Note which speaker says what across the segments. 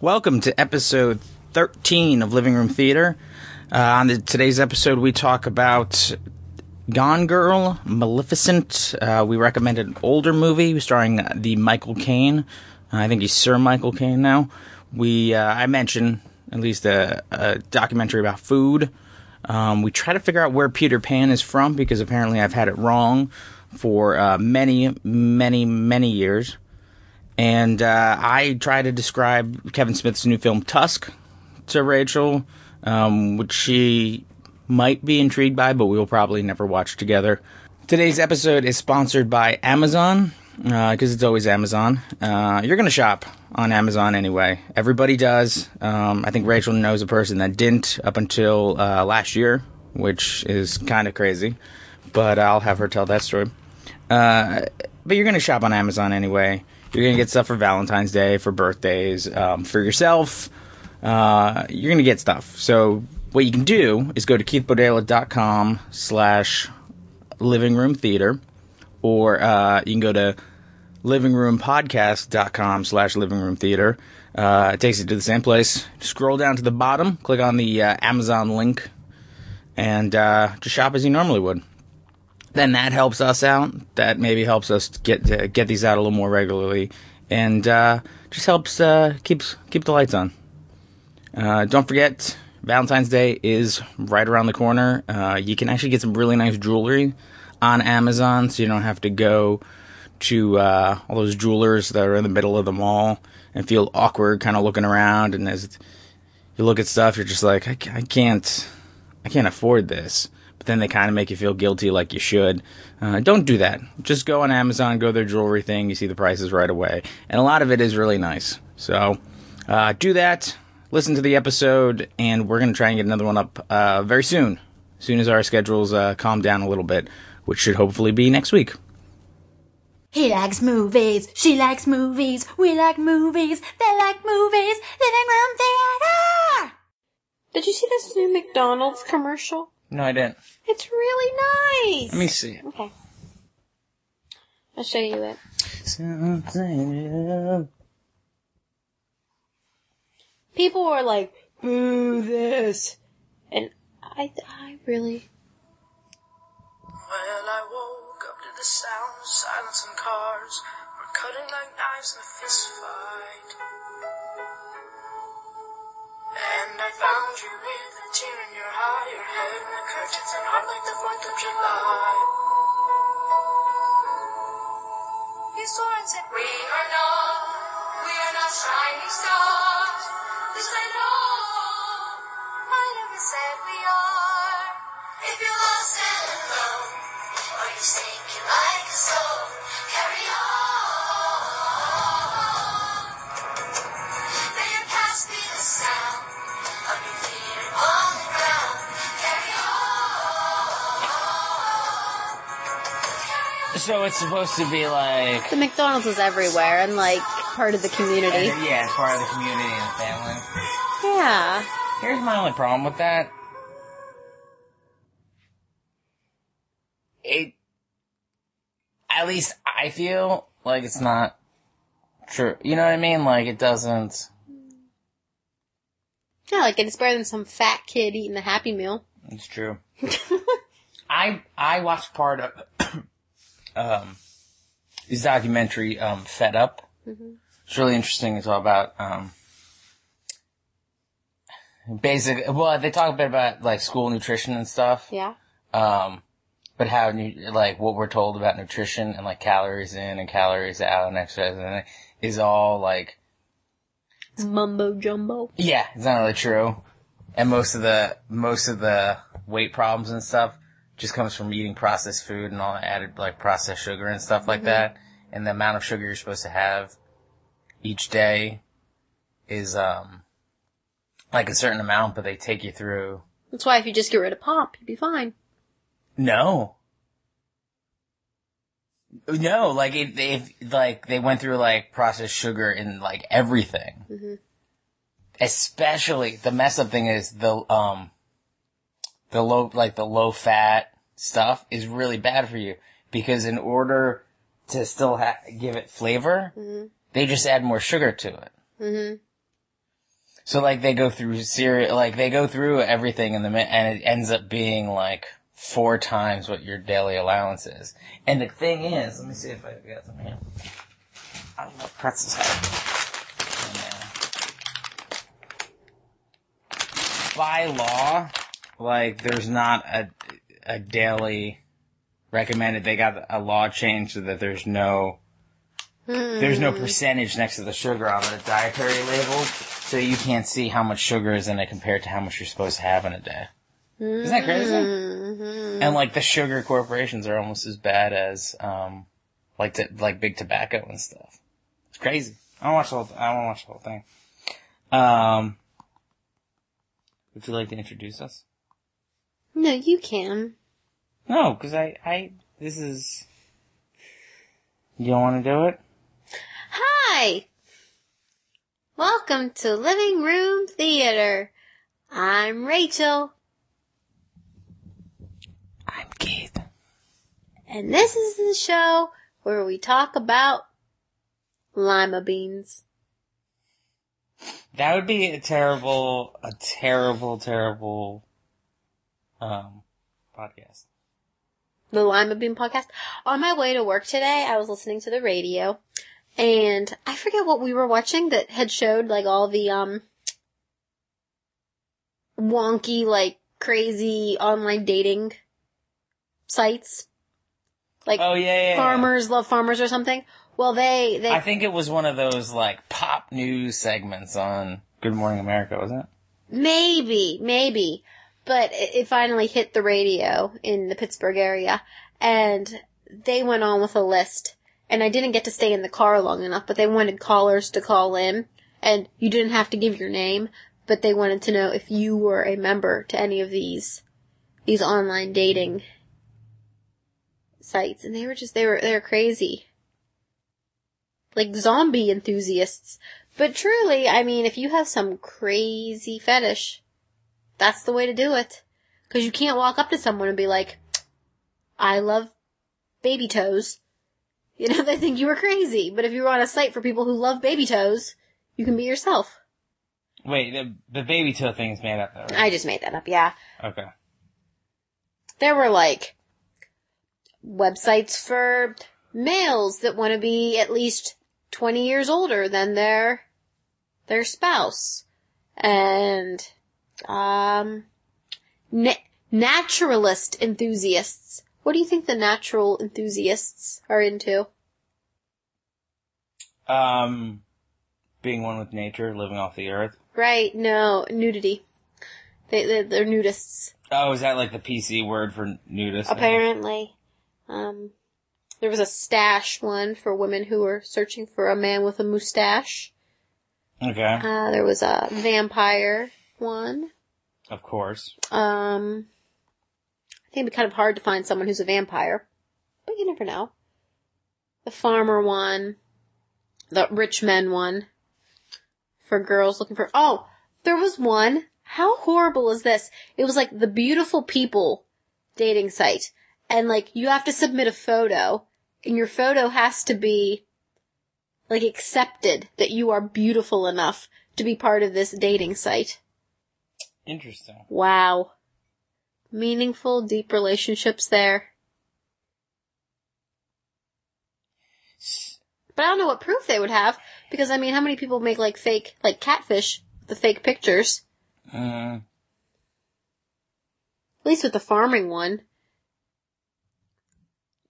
Speaker 1: Welcome to episode 13 of Living Room Theater. Uh, on the, today's episode, we talk about Gone Girl, Maleficent. Uh, we recommend an older movie starring the Michael Caine. Uh, I think he's Sir Michael Caine now. We uh, I mentioned at least a, a documentary about food. Um, we try to figure out where Peter Pan is from because apparently I've had it wrong for uh, many, many, many years. And uh, I try to describe Kevin Smith's new film Tusk to Rachel, um, which she might be intrigued by, but we will probably never watch together. Today's episode is sponsored by Amazon because it's always Amazon. Uh, you're going to shop on Amazon anyway. Everybody does. Um, I think Rachel knows a person that didn't up until uh, last year, which is kind of crazy, but I'll have her tell that story. Uh, but you're going to shop on Amazon anyway. You're going to get stuff for Valentine's Day, for birthdays, um, for yourself. Uh, you're going to get stuff. So what you can do is go to keithbodella.com slash living room theater, or uh, you can go to livingroompodcast.com slash living room theater. Uh, it takes you to the same place. Scroll down to the bottom, click on the uh, Amazon link, and uh, just shop as you normally would then that helps us out. That maybe helps us to get to get these out a little more regularly, and uh, just helps uh, keeps keep the lights on. Uh, don't forget, Valentine's Day is right around the corner. Uh, you can actually get some really nice jewelry on Amazon, so you don't have to go to uh, all those jewelers that are in the middle of the mall and feel awkward, kind of looking around. And as you look at stuff, you're just like, I, ca- I can't, I can't afford this. But then they kind of make you feel guilty, like you should. Uh, don't do that. Just go on Amazon, go to their jewelry thing. You see the prices right away, and a lot of it is really nice. So uh, do that. Listen to the episode, and we're gonna try and get another one up uh, very soon. As soon as our schedules uh, calm down a little bit, which should hopefully be next week.
Speaker 2: He likes movies. She likes movies. We like movies. They like movies. Living room theater.
Speaker 3: Did you see this new McDonald's commercial?
Speaker 1: No, I didn't.
Speaker 3: It's really nice.
Speaker 1: Let me see it.
Speaker 3: Okay. I'll show you it.
Speaker 1: Something.
Speaker 3: People were like, "Boo this," and I, I really,
Speaker 4: Well, I woke up to the sound of silence and cars were cutting like knives in a fist fight. And I found you with a tear in your eye, your head in the curtains, and heart like the 4th of July. He swore and said, We are not, we are not shining stars. This I know, I never said we are. If you're lost and alone, or you sink you like a stone, carry on. May your past be the sound of your feet upon the ground. Carry on. Carry on.
Speaker 1: So it's supposed to be like
Speaker 5: The McDonald's is everywhere and like part of the community.
Speaker 1: yeah, it's part of the community and family.
Speaker 5: Yeah.
Speaker 1: Here's my only problem with that. It, at least I feel like it's not true. You know what I mean? Like it doesn't.
Speaker 5: Yeah, like it's better than some fat kid eating a Happy Meal.
Speaker 1: It's true. I I watched part of um this documentary um Fed Up. It's really interesting. It's all about um basic. Well, they talk a bit about like school nutrition and stuff.
Speaker 5: Yeah.
Speaker 1: um, but how nu- like what we're told about nutrition and like calories in and calories out and exercise and is all like
Speaker 5: It's mumbo jumbo.
Speaker 1: yeah, it's not really true. And most of the most of the weight problems and stuff just comes from eating processed food and all the added like processed sugar and stuff like that. And the amount of sugar you're supposed to have each day is um like a certain amount, but they take you through
Speaker 5: That's why if you just get rid of pop, you'd be fine.
Speaker 1: No. No, like it, they if- like they went through like processed sugar in like everything. Especially the mess up thing is the um the low like the low fat stuff is really bad for you because in order to still ha- give it flavor, they just add more sugar to it.
Speaker 5: Mm-hmm.
Speaker 6: So like they go through serious, like they go through everything in the mi- and it ends up being like four times what your daily allowance is. And the thing is, let me see if I got something here. I don't know if pretzels have. By law, like there's not a a daily recommended. They got a law change so that there's no there's no percentage next to the sugar on the dietary label, so you can't see how much sugar is in it compared to how much you're supposed to have in a day. Isn't that crazy? And like the sugar corporations are almost as bad as um, like to, like big tobacco and stuff. It's crazy. I want to watch the whole. I want to watch the whole thing. Um, would you like to introduce us?
Speaker 3: No, you can.
Speaker 6: No, because I, I, this is. You don't want to do it?
Speaker 3: Hi! Welcome to Living Room Theater. I'm Rachel,
Speaker 6: I'm Keith.
Speaker 3: and this is the show where we talk about lima beans.
Speaker 6: That would be a terrible, a terrible, terrible, um, podcast.
Speaker 3: the Lima Bean podcast. On my way to work today, I was listening to the radio, and I forget what we were watching that had showed like all the um wonky, like crazy online dating sites, like
Speaker 6: Oh yeah, yeah, yeah.
Speaker 3: farmers love farmers or something. Well, they they
Speaker 6: I think it was one of those like pop news segments on Good Morning America, wasn't it?
Speaker 3: Maybe, maybe. But it, it finally hit the radio in the Pittsburgh area, and they went on with a list. And I didn't get to stay in the car long enough, but they wanted callers to call in, and you didn't have to give your name, but they wanted to know if you were a member to any of these, these online dating sites. And they were just, they were, they were crazy like zombie enthusiasts. But truly, I mean, if you have some crazy fetish, that's the way to do it. Cause you can't walk up to someone and be like, I love baby toes. You know, they think you were crazy. But if you were on a site for people who love baby toes, you can be yourself.
Speaker 6: Wait, the, the baby toe thing is made up though. Right?
Speaker 3: I just made that up, yeah.
Speaker 6: okay.
Speaker 3: there were like websites for males that want to be at least 20 years older than their their spouse and um na- naturalist enthusiasts what do you think the natural enthusiasts are into
Speaker 6: Um, being one with nature, living off the earth.
Speaker 3: right no nudity they, they they're nudists
Speaker 6: Oh, is that like the PC word for nudist?
Speaker 3: Apparently, um, there was a stash one for women who were searching for a man with a mustache.
Speaker 6: Okay,
Speaker 3: Uh, there was a vampire one.
Speaker 6: of course.
Speaker 3: Um, I think it'd be kind of hard to find someone who's a vampire, but you never know. The farmer one, the rich men one, for girls looking for. Oh, there was one. How horrible is this? It was like the beautiful people dating site, and like you have to submit a photo, and your photo has to be like accepted that you are beautiful enough to be part of this dating site.
Speaker 6: Interesting.
Speaker 3: Wow. Meaningful, deep relationships there. But I don't know what proof they would have, because I mean, how many people make like fake, like catfish, the fake pictures?
Speaker 6: Mm.
Speaker 3: At least with the farming one.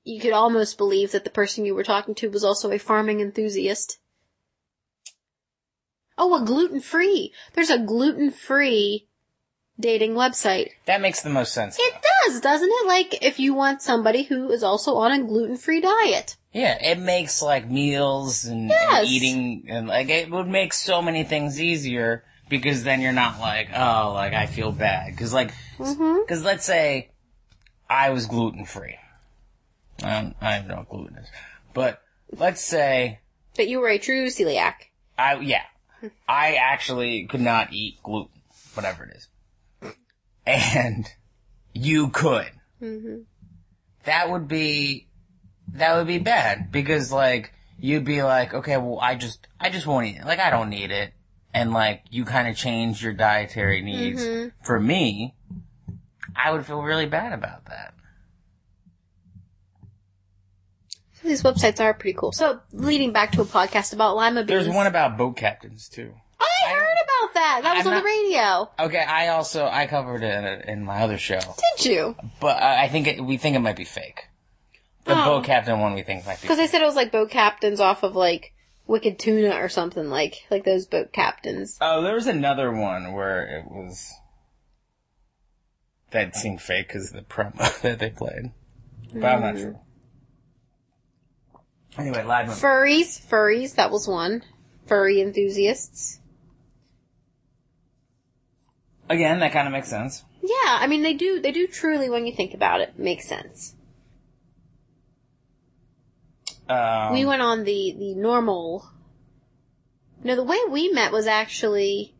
Speaker 3: You could almost believe that the person you were talking to was also a farming enthusiast. Oh, a gluten free! There's a gluten free dating website.
Speaker 6: That makes the most sense.
Speaker 3: It does, doesn't it? Like, if you want somebody who is also on a gluten free diet.
Speaker 6: Yeah, it makes like meals and, and
Speaker 3: Yes.
Speaker 6: eating and like it would make so many things easier because then you're not like, oh, like I feel bad because like because let's say I was gluten free. I don't, I don't know what gluten is, but let's say
Speaker 3: But you were a true celiac.
Speaker 6: I yeah, I actually could not eat gluten, whatever it is, and you could. That would be that would be bad because like you'd be like, okay, well, I just I just won't eat it. Like I don't need it, and like you kind of change your dietary needs. For me, I would feel really bad about that.
Speaker 3: Some of these websites are pretty cool. So, leading back to a podcast about lima beans.
Speaker 6: There's one about boat captains too.
Speaker 3: I heard about that. That was
Speaker 6: I'm
Speaker 3: on
Speaker 6: not-
Speaker 3: the radio.
Speaker 6: Okay, I also I covered it in my other show,
Speaker 3: Did you?
Speaker 6: but I I think it, we think it might be fake. The
Speaker 3: Oh.
Speaker 6: boat captain one we think might be.
Speaker 3: Because they said it was like boat captains off of like Wicked Tuna or something like like those boat captains.
Speaker 6: Oh, there was another one where it was that seemed fake because of the promo that they played, but I'm not sure. Anyway, live on
Speaker 3: Furries, furries. That was one. Furry enthusiasts.
Speaker 6: again. That kind of makes sense.
Speaker 3: Yeah, I mean they do they do truly when you think about it make sense.
Speaker 6: Um,
Speaker 3: we went on the the normal. No, the way we met was actually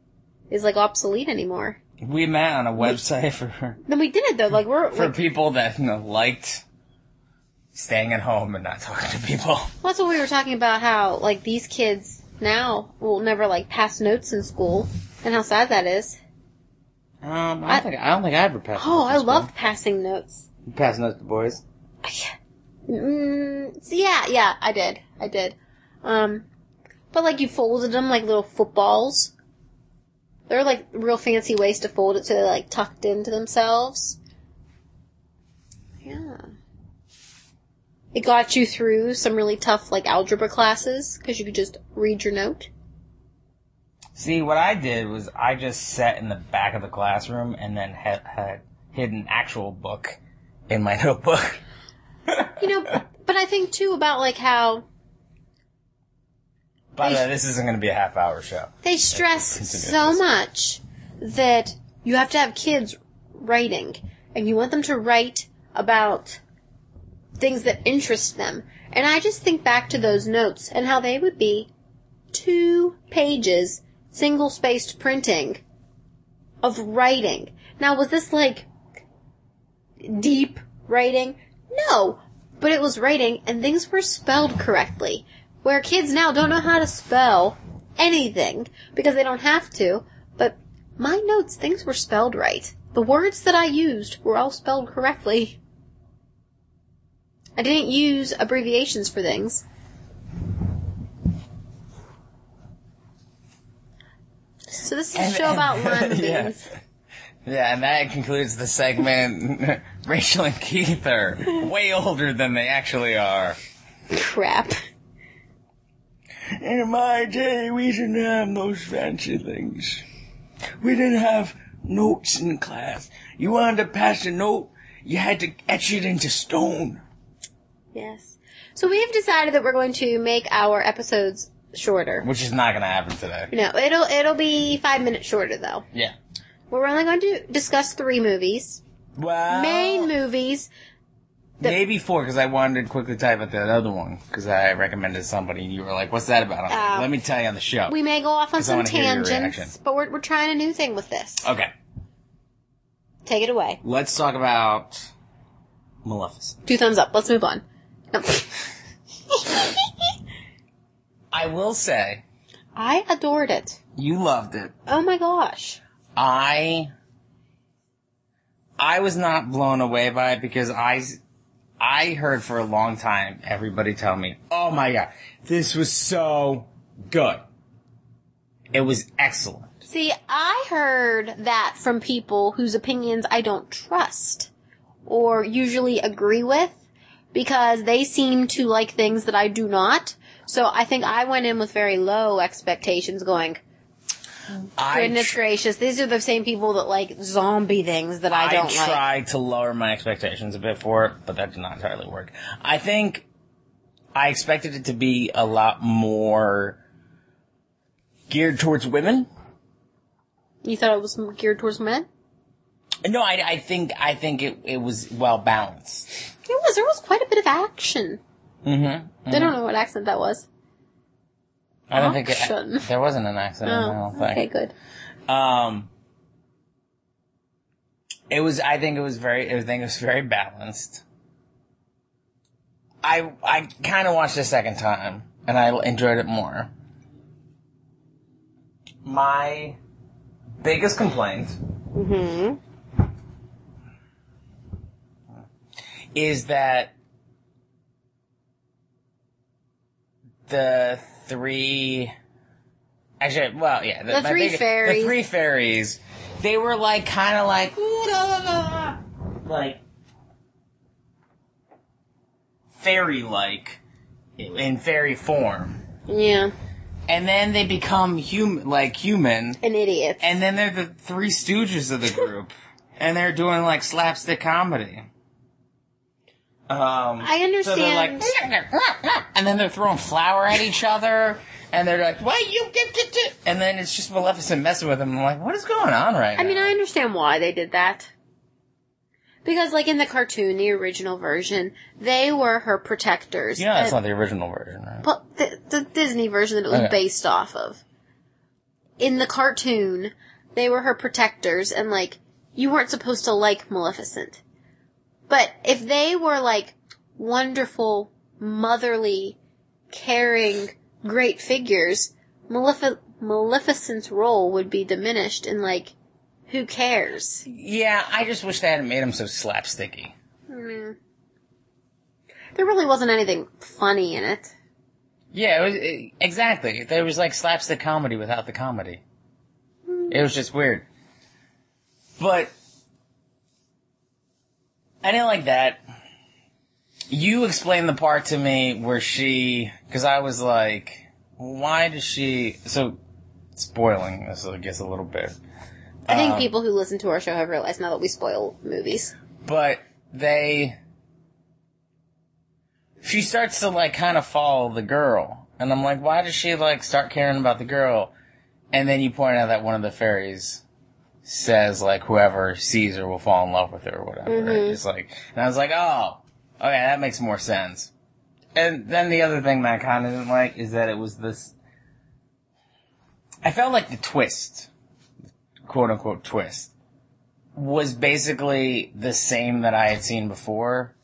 Speaker 3: is like obsolete anymore.
Speaker 6: we met on a website for
Speaker 3: Then we did it though. Like we're
Speaker 6: for
Speaker 3: like,
Speaker 6: people that you know, liked staying at home and not talking to people.
Speaker 3: Well, that's what we were talking about. How like these kids now will never like pass notes in school, and how sad that is.
Speaker 6: Um,
Speaker 3: I-
Speaker 6: think I don't think I ever passed.
Speaker 3: Oh, I love passing notes.
Speaker 6: passing those to boys.
Speaker 3: Mm, so yeah, yeah, I did, I did. Um, but like you folded them like little footballs. They're like real fancy ways to fold it so they're like tucked into themselves. Yeah. It got you through some really tough like algebra classes because you could just read your note.
Speaker 6: See, what I did was I just sat in the back of the classroom and then had, had hid an actual book in my notebook.
Speaker 3: you know but i think too about like how
Speaker 6: By the way, this isn't going to be a half hour show.
Speaker 3: they stress so much that you have to have kids writing and you want them to write about things that interest them and i just think back to those notes and how they would be two pages single spaced printing of writing now was this like deep writing no but it was writing and things were spelled correctly where kids now don't know how to spell anything because they don't have to. But my notes, things were spelled right. The words that I used were all spelled correctly. I didn't use abbreviations for things. So this is a show about lima
Speaker 6: yeah.
Speaker 3: beans.
Speaker 6: Yeah, and that concludes the segment. Rachel and Keith are way older than they actually are.
Speaker 3: Crap.
Speaker 6: In my day, we didn't have those fancy things. We didn't have notes in class. You wanted to pass a note, you had to etch it into stone.
Speaker 3: Yes. So we have decided that we're going to make our episodes shorter.
Speaker 6: Which is not going to happen today.
Speaker 3: No, it'll it'll be five minutes shorter though.
Speaker 6: Yeah.
Speaker 3: We're only going to discuss three movies.
Speaker 6: Well,
Speaker 3: main movies.
Speaker 6: maybe four, because I wanted to quickly type out that other one, because I recommended somebody, and you were like, what's that about? I'm like,
Speaker 3: Oh.
Speaker 6: Let me tell you on the show.
Speaker 3: We may go off on
Speaker 6: Because I
Speaker 3: some
Speaker 6: wanna hear your
Speaker 3: tangents,
Speaker 6: reaction. Uh.
Speaker 3: but we're, we're trying a new thing with this.
Speaker 6: okay,
Speaker 3: Take it away.
Speaker 6: let's talk about Maleficent.
Speaker 3: Two thumbs up. Let's move on. No.
Speaker 6: I will say,
Speaker 3: I adored it.
Speaker 6: you loved it.
Speaker 3: Oh my gosh.
Speaker 6: I I was not blown away by it because I s- I heard for a long time everybody tell me, "Oh my god, this was so good. It was excellent."
Speaker 3: See, I heard that from people whose opinions I don't trust or usually agree with because they seem to like things that I do not. So I think I went in with very low expectations going,
Speaker 6: I
Speaker 3: goodness
Speaker 6: tr-
Speaker 3: gracious, these are the same people that like zombie things that I don't like.
Speaker 6: tried to lower my expectations a bit for it, but that did not entirely work. I think I expected it to be a lot more geared towards women.
Speaker 3: You thought it was geared towards men?
Speaker 6: No, I, I think I think it, it was well balanced.
Speaker 3: It was. There was quite a bit of action.
Speaker 6: Mm-hmm.
Speaker 3: I don't know what accent that was.
Speaker 6: I don't think
Speaker 3: Action.
Speaker 6: there wasn't an accident. I
Speaker 3: Oh,
Speaker 6: don't think.
Speaker 3: okay, good.
Speaker 6: Um, it was. I think it was very. I think it was very balanced. I I kind of watched it a second time, and I enjoyed it more. my biggest complaint
Speaker 3: Mm-hmm.
Speaker 6: is that the three. Actually, well, yeah,
Speaker 3: The
Speaker 6: my
Speaker 3: three
Speaker 6: biggest-
Speaker 3: fairies.
Speaker 6: The three fairies. They were like, kind of like, "Ooh, la, la, la, la," like fairy-like in fairy form,
Speaker 3: Yeah.
Speaker 6: and then they become human, like human,
Speaker 3: An idiot.
Speaker 6: and then they're the three stooges of the group. and they're doing like slapstick comedy. Um
Speaker 3: I
Speaker 6: So they're like
Speaker 3: understand.
Speaker 6: and then they're throwing flour at each other and they're like, Why you get get get and then it's just Maleficent messing with them. I'm like, what is going on right
Speaker 3: I mean,
Speaker 6: now?
Speaker 3: I understand why they did that. Because, like, in the cartoon, the original version, they were her protectors.
Speaker 6: You know that's
Speaker 3: And-
Speaker 6: not the original version, right?
Speaker 3: but the, the Disney version that it was
Speaker 6: Okay.
Speaker 3: based off of. In the cartoon, they were her protectors, and like you weren't supposed to like Maleficent. But if they were like wonderful, motherly, caring, great figures, Malefic- Maleficent's role would be diminished, and like, who cares?
Speaker 6: Yeah, I just wish they hadn't made them so slapsticky.
Speaker 3: There really wasn't anything funny in it.
Speaker 6: Yeah, it was it, exactly. There was like slapstick comedy without the comedy. It was just weird. But I didn't like that. You explained the part to me where she, because I was like, why does she? So, spoiling this, I guess, a little bit.
Speaker 3: I think people who listen to our show have realized now that we spoil movies.
Speaker 6: but they she starts to like kind of follow the girl and i'm like why does she like start caring about the girl and then you point out that one of the fairies says like whoever sees her will fall in love with her or whatever it's like and i was like oh okay that makes more sense and then the other thing that i kind of didn't like is that it was this i felt like the twist quote unquote twist was basically the same that I had seen before.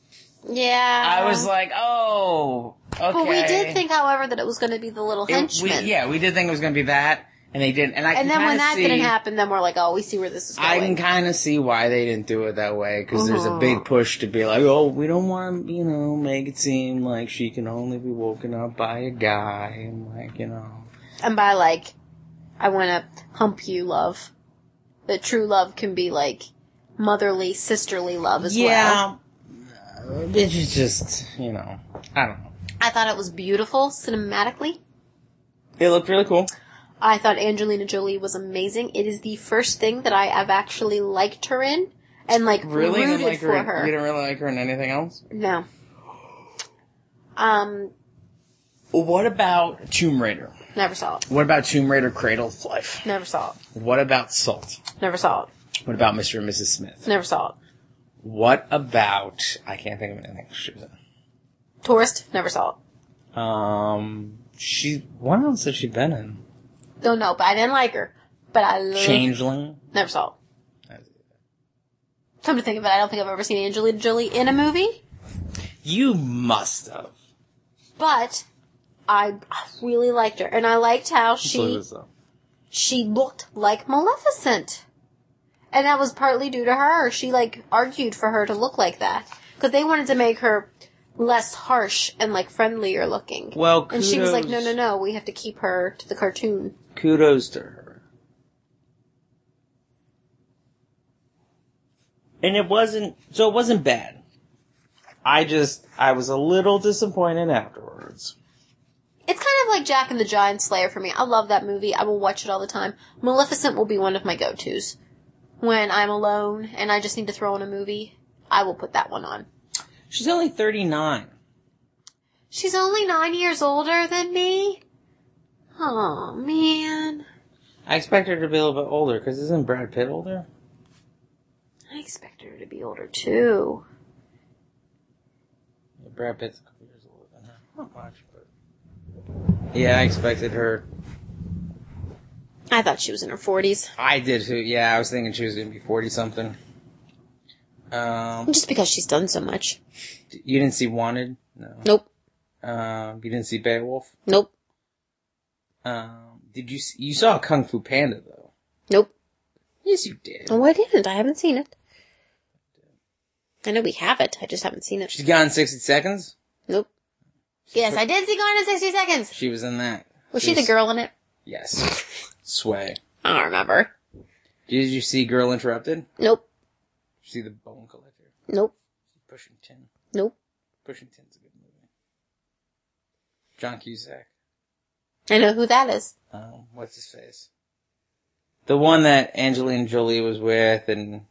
Speaker 3: Yeah,
Speaker 6: I was like, oh, okay.
Speaker 3: Uh-huh. But we did think, however, that it was going to be the little
Speaker 6: It- we-
Speaker 3: henchman.
Speaker 6: yeah, we did think it was going to be that, and they didn't. And I
Speaker 3: And
Speaker 6: can
Speaker 3: then when
Speaker 6: kinda
Speaker 3: that
Speaker 6: see,
Speaker 3: didn't happen, then we're like, oh, we see where this is going.
Speaker 6: I can kind of see why they didn't do it that way because there's a
Speaker 3: Uh-huh.
Speaker 6: big push to be like, oh, we don't want to, you know, make it seem like she can only be woken up by a guy and like, you know.
Speaker 3: and by like, I want to hump you, love. That true love can be like motherly, sisterly love as well.
Speaker 6: uh, this is just, you know, I don't know.
Speaker 3: I thought it was beautiful cinematically.
Speaker 6: It looked really cool.
Speaker 3: I thought Angelina Jolie was amazing. It is the first thing that I have actually liked her in, and like
Speaker 6: Really, You
Speaker 3: rooted
Speaker 6: didn't like
Speaker 3: for
Speaker 6: her.
Speaker 3: her.
Speaker 6: You didn't really like her in anything else.
Speaker 3: No. Um,
Speaker 6: What about Tomb Raider?
Speaker 3: never saw it.
Speaker 6: What about Tomb Raider Cradle of Life?
Speaker 3: Never saw it.
Speaker 6: What about Salt?
Speaker 3: Never saw it.
Speaker 6: What about Mr. and Mrs. Smith?
Speaker 3: Never saw it.
Speaker 6: What about I can't think of anything she was
Speaker 3: Tourist, never saw it.
Speaker 6: in. Um she what else has she been in?
Speaker 3: Don't know, but I didn't like her. But I love
Speaker 6: Changeling?
Speaker 3: never saw it. Come to think of it, I don't think I've ever seen Angelina Jolie in a movie.
Speaker 6: You must have.
Speaker 3: But I really liked her, and I liked how
Speaker 6: Blew
Speaker 3: she
Speaker 6: this up.
Speaker 3: she looked like Maleficent, and that was partly due to her. She like argued for her to look like that because they wanted to make her less harsh and like friendlier looking.
Speaker 6: Well,
Speaker 3: and she was like, "No,
Speaker 6: kudos-
Speaker 3: no, no, we have to keep her to the cartoon."
Speaker 6: Kudos to her. And it wasn't so it wasn't bad. I just I was a little disappointed afterwards.
Speaker 3: It's kind of like Jack and the Giant Slayer for me. I love that movie. I will watch it all the time. Maleficent will be one of my go-tos. When I'm alone and I just need to throw in a movie, I will put that one on.
Speaker 6: She's only thirty nine.
Speaker 3: She's only nine years older than me. Oh man.
Speaker 6: I expect her to be a little bit older because isn't Brad Pitt older?
Speaker 3: I expect her to be older too.
Speaker 6: Yeah, Brad Pitt's a couple years older than her. Not much, but yeah, I expected her.
Speaker 3: I thought she was in her forties.
Speaker 6: I did too. Yeah, I was thinking she was gonna be forty something. Um,
Speaker 3: Just because she's done so much.
Speaker 6: you didn't see Wanted, no.
Speaker 3: Nope.
Speaker 6: Um, you didn't see Beowulf.
Speaker 3: Nope.
Speaker 6: Um, Did you s- you saw Kung Fu Panda though?
Speaker 3: Nope.
Speaker 6: Yes, you did.
Speaker 3: Oh, I didn't. I haven't seen it. I know we have it. I just haven't seen it.
Speaker 6: She's gone sixty seconds.
Speaker 3: Nope. Yes, I did see Gone in 60 Seconds.
Speaker 6: She was in that.
Speaker 3: Was she the girl in it?
Speaker 6: Yes. Sway.
Speaker 3: I don't remember.
Speaker 6: Did you see Girl Interrupted?
Speaker 3: Nope.
Speaker 6: See the Bone Collector.
Speaker 3: Nope.
Speaker 6: Pushing Tin.
Speaker 3: Nope.
Speaker 6: Pushing Tin's a good movie. John Cusack.
Speaker 3: I know who that is.
Speaker 6: Um, what's his face? The one that Angelina Jolie was with, and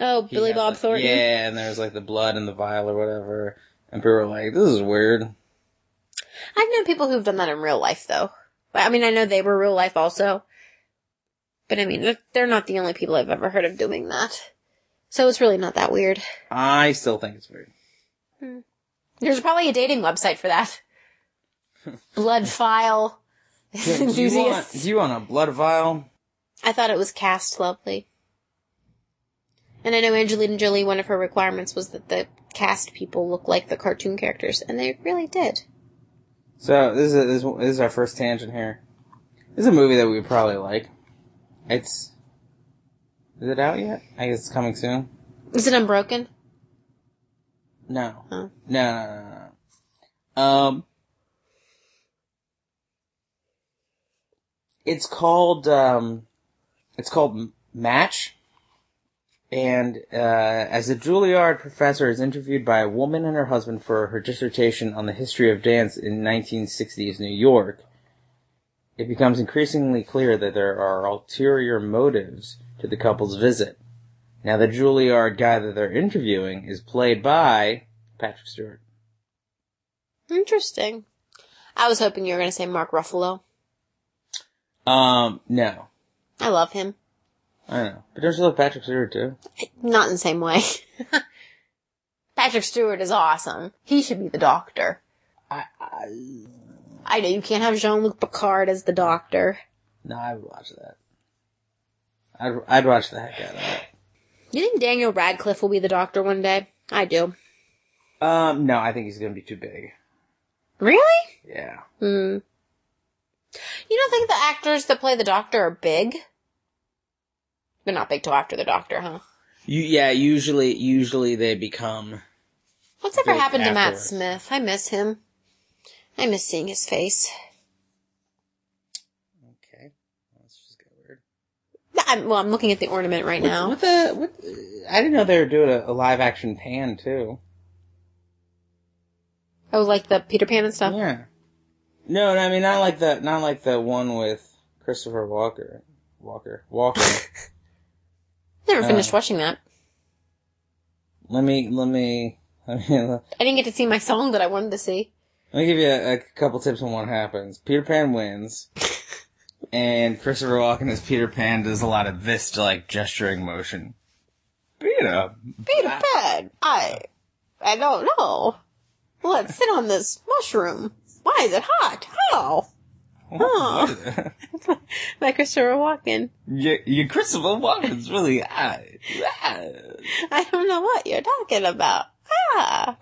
Speaker 3: Oh,
Speaker 6: he
Speaker 3: Billy
Speaker 6: had,
Speaker 3: Bob
Speaker 6: like-
Speaker 3: Thornton.
Speaker 6: Yeah, and there was like the blood and the vial or whatever, and people were like, "This is weird."
Speaker 3: I've known people who've done that in real life, though. But I mean, I know they were real life also. But I mean, they're- they're not the only people I've ever heard of doing that. So it's really not that weird.
Speaker 6: I still think it's weird.
Speaker 3: There's probably a dating website for that. Blood file.
Speaker 6: do, you want,
Speaker 3: enthusiasts.
Speaker 6: do you want a blood vial?
Speaker 3: I thought it was cast lovely. And I know Angelina Jolie, one of her requirements was that the cast people look like the cartoon characters, and they really did.
Speaker 6: So this is this, is- this is our first tangent here. This is a movie that we would probably like. It's is it out yet? I guess it's coming soon.
Speaker 3: Is it Unbroken?
Speaker 6: No,
Speaker 3: Oh.
Speaker 6: no, no, no, no. Um, it's called um, it's called M- Match. And uh, as a Juilliard professor is interviewed by a woman and her husband for her dissertation on the history of dance in 1960s New York, it becomes increasingly clear that there are ulterior motives to the couple's visit. Now, the Juilliard guy that they're interviewing is played by Patrick Stewart.
Speaker 3: Interesting. I was hoping you were going to say Mark Ruffalo.
Speaker 6: Um, no,
Speaker 3: I love him.
Speaker 6: I don't know, but don't you love Patrick Stewart too?
Speaker 3: Not in the same way. Patrick Stewart is awesome. He should be the doctor.
Speaker 6: I, I
Speaker 3: I know you can't have Jean Luc Picard as the doctor.
Speaker 6: no, I would watch that. I'd I'd watch the heck out of that.
Speaker 3: You think Daniel Radcliffe will be the doctor one day? I do.
Speaker 6: Um, no, I think he's gonna be too big.
Speaker 3: Really?
Speaker 6: Yeah,
Speaker 3: Hmm. You don't think the actors that play the doctor are big? They're not big till after the doctor, huh?
Speaker 6: you yeah. Usually, usually they become.
Speaker 3: What's ever
Speaker 6: Big
Speaker 3: happened to Matt
Speaker 6: afterwards.
Speaker 3: Smith? I miss him. I miss seeing his face.
Speaker 6: Okay, that's just got weird.
Speaker 3: I'm, well, I'm looking at the ornament right now.
Speaker 6: What the what? I didn't know they were doing a, a live action pan too.
Speaker 3: Oh, like the Peter Pan and stuff?
Speaker 6: Yeah. No, no, I mean not like the not like the one with Christopher Walker, Walker, Walker.
Speaker 3: Never
Speaker 6: Uh.
Speaker 3: finished watching that.
Speaker 6: let me let me let me let
Speaker 3: I didn't get to see my song that I wanted to see.
Speaker 6: me give you a, a couple tips on what happens. Peter Pan wins, and Christopher Walken as Peter Pan does a lot of this like gesturing motion. Beat up.
Speaker 3: Peter Pan! I, I don't know. Let's sit on this mushroom. Why is it hot? How?
Speaker 6: Oh,
Speaker 3: Huh. By Christopher Walken.
Speaker 6: your, your Christopher Walken's really hot. Ah,
Speaker 3: I don't know what you're talking about. Ah.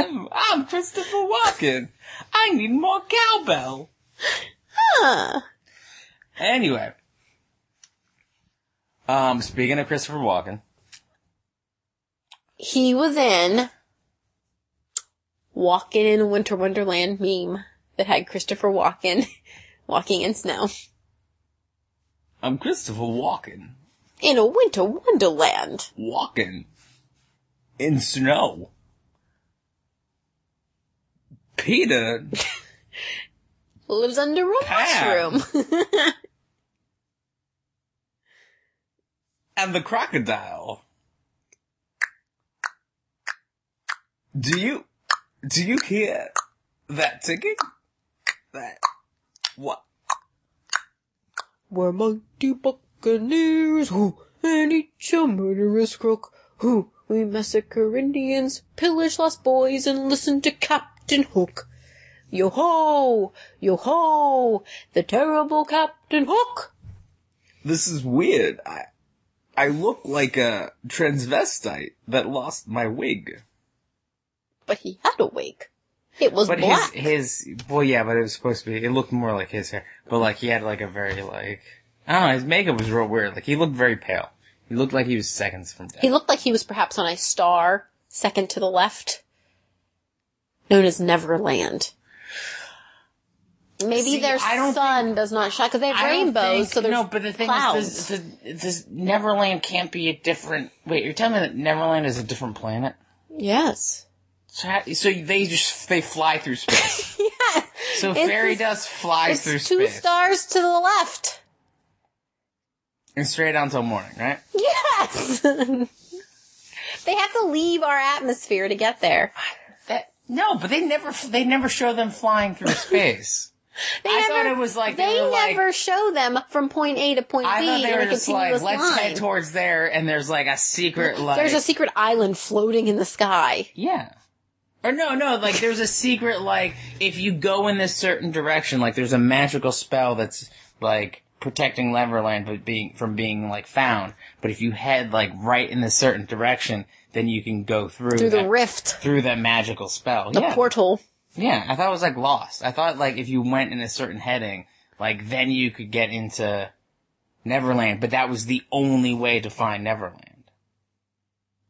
Speaker 6: I'm, I'm Christopher Walken. I need more cowbell.
Speaker 3: Huh.
Speaker 6: Anyway. Um, speaking of Christopher Walken,
Speaker 3: He was in Walking in Winter Wonderland meme that had Christopher Walken walking in snow.
Speaker 6: I'm Christopher Walken.
Speaker 3: In a winter wonderland.
Speaker 6: Walken. In snow. Peter.
Speaker 3: Lives under a
Speaker 6: Pan.
Speaker 3: mushroom.
Speaker 6: and the crocodile. Do you do you hear that ticking? That what?
Speaker 7: We're mighty buccaneers, who, and each a murderous crook, who, we massacre Indians, pillage lost boys, and listen to Captain Hook. Yo ho! Yo ho! The terrible Captain Hook!
Speaker 6: This is weird. I I look like a transvestite that lost my wig.
Speaker 3: but he had a wig. It was
Speaker 8: But his,
Speaker 3: black.
Speaker 8: his, well, yeah, but it was supposed to be, it looked more like his hair. But like, he had like a very, like, I don't know, his makeup was real weird. Like, he looked very pale. He looked like he was seconds from death.
Speaker 3: He looked like he was perhaps on a star, second to the left, known as Neverland. Maybe
Speaker 8: See,
Speaker 3: their
Speaker 8: I don't
Speaker 3: sun does not shine because they have
Speaker 8: I don't
Speaker 3: rainbows,
Speaker 8: think-
Speaker 3: so there's
Speaker 8: no. But the thing
Speaker 3: clouds.
Speaker 8: is, this, this, this Neverland can't be a different. Wait, you're telling me that Neverland is a different planet?
Speaker 3: yes,
Speaker 8: So, how, so they just they fly through space.
Speaker 3: yes.
Speaker 8: So
Speaker 3: It's-
Speaker 8: fairy dust
Speaker 3: It's
Speaker 8: flies through
Speaker 3: two
Speaker 8: space
Speaker 3: stars to the left.
Speaker 8: and straight on till morning, right?
Speaker 3: Yes, they have to leave our atmosphere to get there.
Speaker 8: That no, but they never they never show them flying through space.
Speaker 3: They
Speaker 8: I
Speaker 3: never,
Speaker 8: thought it was like
Speaker 3: they,
Speaker 8: they, were like-
Speaker 3: never show them from point A to point
Speaker 8: I
Speaker 3: B
Speaker 8: thought they
Speaker 3: in
Speaker 8: were
Speaker 3: a
Speaker 8: just like,
Speaker 3: continuous
Speaker 8: let's
Speaker 3: line.
Speaker 8: head towards there, and there's like a secret like
Speaker 3: There's a secret island floating in the sky.
Speaker 8: Yeah. Or no, no, like there's a secret, like, if you go in this certain direction, like there's a magical spell that's like protecting Leverland but being from being like found. But if you head like right in this certain direction, then you can go through
Speaker 3: through the
Speaker 8: that-
Speaker 3: rift,
Speaker 8: Through that magical spell.
Speaker 3: the
Speaker 8: yeah.
Speaker 3: portal.
Speaker 8: yeah. I thought it was like lost. I thought like if you went in a certain heading, like then you could get into Neverland, but that was the only way to find Neverland.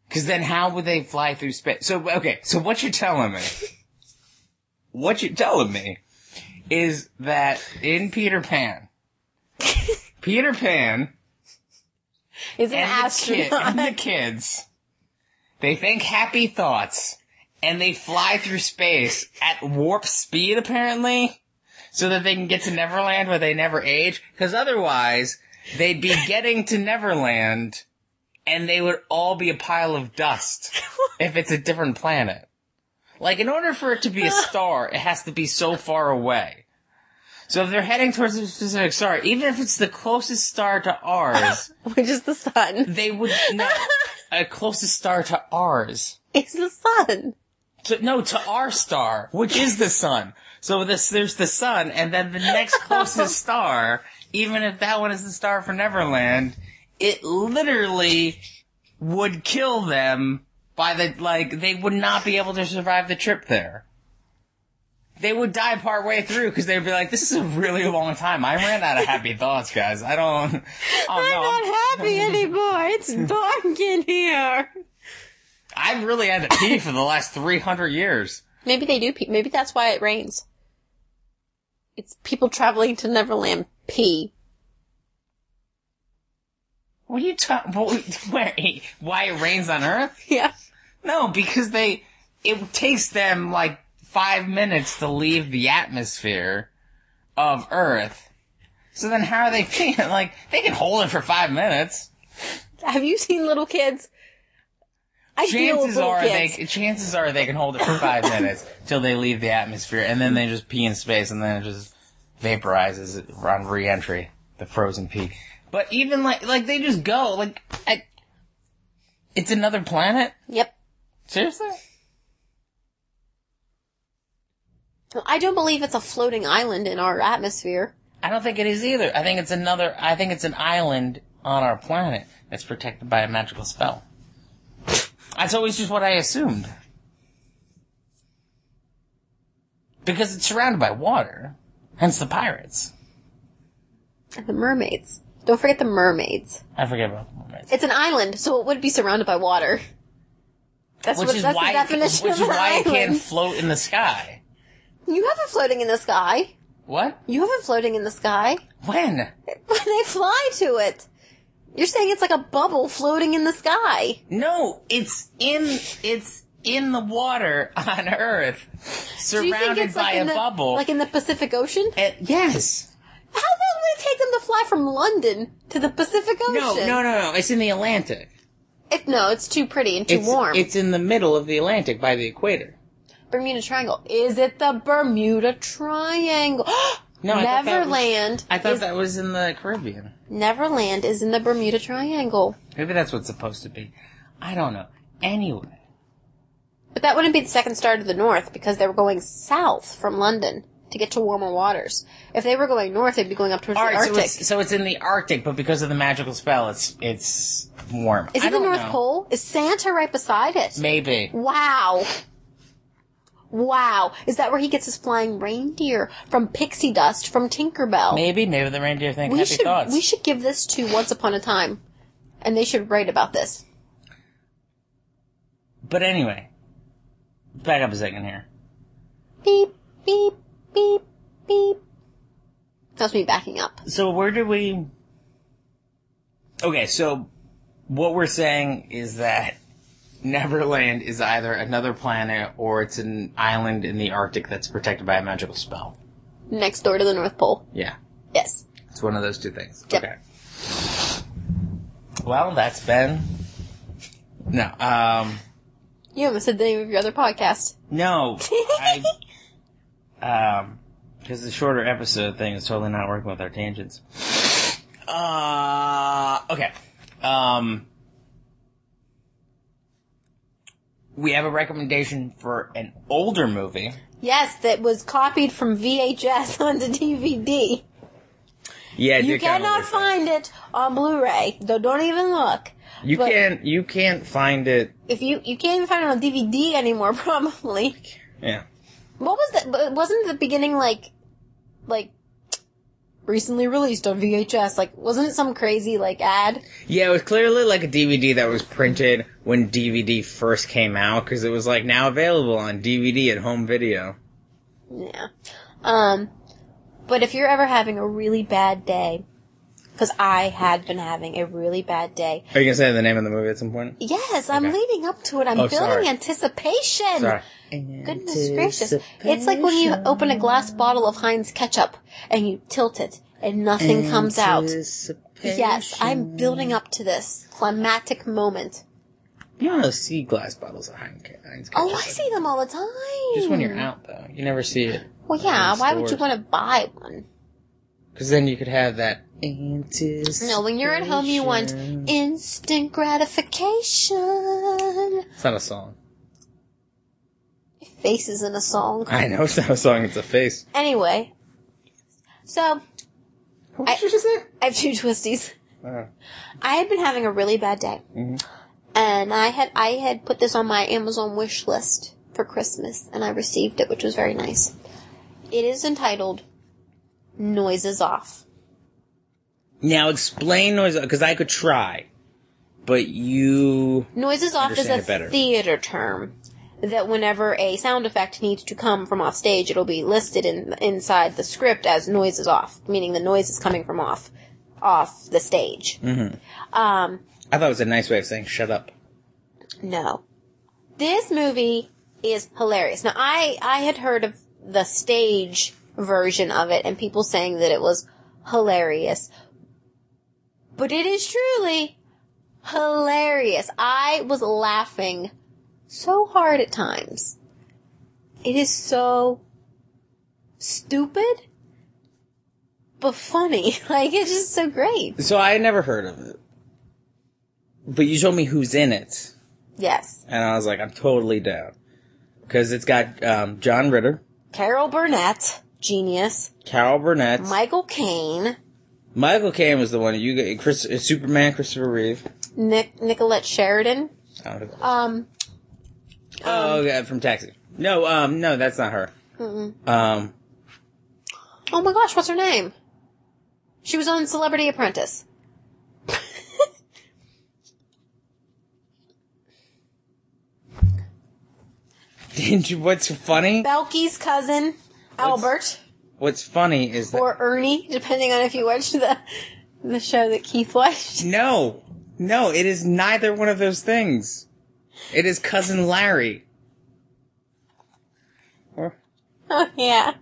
Speaker 8: Because then how would they fly through space? So, okay, so what you're telling me, what you're telling me is that in Peter Pan, Peter Pan
Speaker 3: Is an
Speaker 8: and the, kid,
Speaker 3: astronaut.
Speaker 8: and the kids, they think happy thoughts and they fly through space at warp speed apparently so that they can get to Neverland where they never age. Cause otherwise they'd be getting to Neverland and they would all be a pile of dust if it's a different planet. Like in order for it to be a star, it has to be so far away. So if they're heading towards a specific star, even if it's the closest star to ours,
Speaker 3: Which is the sun.
Speaker 8: they would no a closest star to ours.
Speaker 3: It's the sun.
Speaker 8: To, no, to our star, which is the sun. So this there's the sun, and then the next closest star, even if that one is the star for Neverland, it literally would kill them by the like they would not be able to survive the trip there. They would die part way through because they would be like, "This is a really long time. I ran out of happy thoughts, guys. I don't. Oh, no, I'm-
Speaker 3: happy anymore. It's dark in here.
Speaker 8: I've really had to pee for the last 300 years.
Speaker 3: Maybe they do pee. Maybe that's why it rains. It's people traveling to Neverland pee.
Speaker 8: What are you talking Where? Why it rains on Earth?
Speaker 3: Yeah.
Speaker 8: No, because they. It takes them like five minutes to leave the atmosphere of Earth. So then how are they peeing? Like, they can hold it for five minutes.
Speaker 3: Have you seen little kids? I deal with
Speaker 8: Chances
Speaker 3: little
Speaker 8: are
Speaker 3: kids.
Speaker 8: they chances are they can hold it for five minutes till they leave the atmosphere, and then they just pee in space, and then it just vaporizes on re-entry, the frozen pee. But even like like they just go like I, it's another planet.
Speaker 3: Yep.
Speaker 8: Seriously,
Speaker 3: No, I don't believe it's a floating island in our atmosphere.
Speaker 8: I don't think it is either. I think it's another. I think it's an island on our planet that's protected by a magical spell. That's always just what I assumed. Because it's surrounded by water, hence the pirates.
Speaker 3: And the mermaids. Don't forget the mermaids.
Speaker 8: I forget about the mermaids.
Speaker 3: It's an island, so it would be surrounded by water. That's
Speaker 8: Which
Speaker 3: what
Speaker 8: is
Speaker 3: that's
Speaker 8: why,
Speaker 3: the definition
Speaker 8: which
Speaker 3: of an
Speaker 8: is why it
Speaker 3: island.
Speaker 8: can't float in the sky.
Speaker 3: You have it floating in the sky.
Speaker 8: What?
Speaker 3: You have it floating in the sky.
Speaker 8: When?
Speaker 3: they fly to it. You're saying it's like a bubble floating in the sky.
Speaker 8: No, it's in it's in the water on Earth,
Speaker 3: Do you think
Speaker 8: surrounded
Speaker 3: it's
Speaker 8: by
Speaker 3: like in
Speaker 8: a
Speaker 3: the,
Speaker 8: bubble.
Speaker 3: Like in the Pacific Ocean?
Speaker 8: It- yes.
Speaker 3: How the hell did it take them to fly from London to the Pacific Ocean?
Speaker 8: No, no, no, no. It's in the Atlantic.
Speaker 3: It, no, it's too pretty and too
Speaker 8: it's,
Speaker 3: warm.
Speaker 8: It's in the middle of the Atlantic by the equator.
Speaker 3: Bermuda Triangle. Is it the Bermuda Triangle?
Speaker 8: No, I thought that was-
Speaker 3: Neverland.
Speaker 8: I thought
Speaker 3: is,
Speaker 8: that was in the Caribbean.
Speaker 3: Neverland is in the Bermuda Triangle.
Speaker 8: Maybe that's what's supposed to be. I don't know. Anyway,
Speaker 3: But that wouldn't be the second star to the north because they were going south from London to get to warmer waters. If they were going north, they'd be going up towards
Speaker 8: all
Speaker 3: the
Speaker 8: right. So
Speaker 3: Arctic.
Speaker 8: it's, so it's in the Arctic, but because of the magical spell, it's it's warm.
Speaker 3: is
Speaker 8: I
Speaker 3: it the
Speaker 8: don't
Speaker 3: North
Speaker 8: know.
Speaker 3: Pole? Is Santa right beside it?
Speaker 8: Maybe.
Speaker 3: Wow. Wow. Is that where he gets his flying reindeer? From pixie dust, from Tinkerbell.
Speaker 6: Maybe, maybe the reindeer think
Speaker 3: we
Speaker 6: happy
Speaker 3: should
Speaker 6: thoughts.
Speaker 3: we should give this to Once Upon a Time. And they should write about this.
Speaker 6: But anyway, back up a second here.
Speaker 3: Beep, beep, beep, beep. That's me backing up.
Speaker 6: So where do we? Okay, so what we're saying is that Neverland is either another planet or it's an island in the Arctic that's protected by a magical spell.
Speaker 3: Next door to the North Pole.
Speaker 6: Yeah,
Speaker 3: Yes.
Speaker 6: it's one of those two things.
Speaker 3: Yep.
Speaker 6: Okay. Well, that's been no, um,
Speaker 3: You almost said the name of your other podcast.
Speaker 6: no, I, um, because the shorter episode thing is totally not working with our tangents. Uh, okay. Um, we have a recommendation for an older movie.
Speaker 3: Yes, that was copied from VHS onto DVD.
Speaker 6: Yeah,
Speaker 3: You cannot find it on Blu-ray, though don't even look.
Speaker 6: You
Speaker 3: but-
Speaker 6: can't. You can't find it.
Speaker 3: If you you can't even find it on DVD anymore, probably.
Speaker 6: Yeah.
Speaker 3: What was that? but Wasn't the beginning like, like, recently released on VHS? Like, wasn't it some crazy like ad?
Speaker 6: Yeah, it was clearly like a DVD that was printed when DVD first came out because it was like now available on DVD at home video.
Speaker 3: Yeah. Um, but if you're ever having a really bad day, because I had been having a really bad day.
Speaker 6: Are you gonna say the name of the movie at some point?
Speaker 3: Yes, I'm
Speaker 6: Okay.
Speaker 3: leading up to it. I'm
Speaker 6: Oh,
Speaker 3: building
Speaker 6: sorry.
Speaker 3: anticipation.
Speaker 6: Sorry.
Speaker 3: Goodness gracious. It's like when you open a glass bottle of Heinz ketchup and you tilt it and nothing comes out. Yes, I'm building up to this climatic moment.
Speaker 6: You don't see glass bottles of Heinz ke- Heinz ketchup.
Speaker 3: Oh, I see them all the time.
Speaker 6: Just when you're out, though, you never see it
Speaker 3: Well, yeah.
Speaker 6: in
Speaker 3: Why would you
Speaker 6: stores.
Speaker 3: want to buy one?
Speaker 6: because then you could have that. Anticipation.
Speaker 3: No, when you're at home, you want instant gratification.
Speaker 6: It's not a song.
Speaker 3: Your face is in a song.
Speaker 6: I know it's not a song. It's a face.
Speaker 3: Anyway, so
Speaker 6: What
Speaker 3: I-
Speaker 6: did you just say?
Speaker 3: I have two twisties.
Speaker 6: Oh.
Speaker 3: I had been having a really bad day,
Speaker 6: Mm-hmm.
Speaker 3: and I had I had put this on my Amazon wish list for Christmas, and I received it, which was very nice. It is entitled "Noises Off."
Speaker 6: Now explain noise because I could try, but you
Speaker 3: Noises off is
Speaker 6: Understand
Speaker 3: a
Speaker 6: it better.
Speaker 3: theater term that whenever a sound effect needs to come from off stage, it'll be listed in inside the script as noises off, meaning the noise is coming from off off the stage.
Speaker 6: Mm-hmm.
Speaker 3: Um,
Speaker 6: I thought it was a nice way of saying shut up.
Speaker 3: no, this movie is hilarious. Now, I I had heard of the stage version of it and people saying that it was hilarious, but it is truly hilarious. I was laughing so hard at times. It is so stupid, but funny. Like it's just so great.
Speaker 6: So I had never heard of it, but you told me who's in it,
Speaker 3: Yes,
Speaker 6: and I was like, I'm totally down because it's got um, John Ritter,
Speaker 3: Carol Burnett, genius.
Speaker 6: Carol Burnett,
Speaker 3: Michael Caine,
Speaker 6: Michael Caine was the one you get Chris uh, Superman Christopher Reeve.
Speaker 3: Nick Nicolette Sheridan.
Speaker 6: I don't know.
Speaker 3: Um,
Speaker 6: oh, yeah, from Taxi. No, um, no, that's not her. Um,
Speaker 3: oh my gosh, what's her name? She was on Celebrity Apprentice.
Speaker 6: did you, what's funny?
Speaker 3: Belky's cousin, Albert,
Speaker 6: What's funny is that
Speaker 3: or Ernie, depending on if you watch the the show that Keith watched.
Speaker 6: no, no, it is neither one of those things. It is cousin Larry. Or-
Speaker 3: Oh yeah.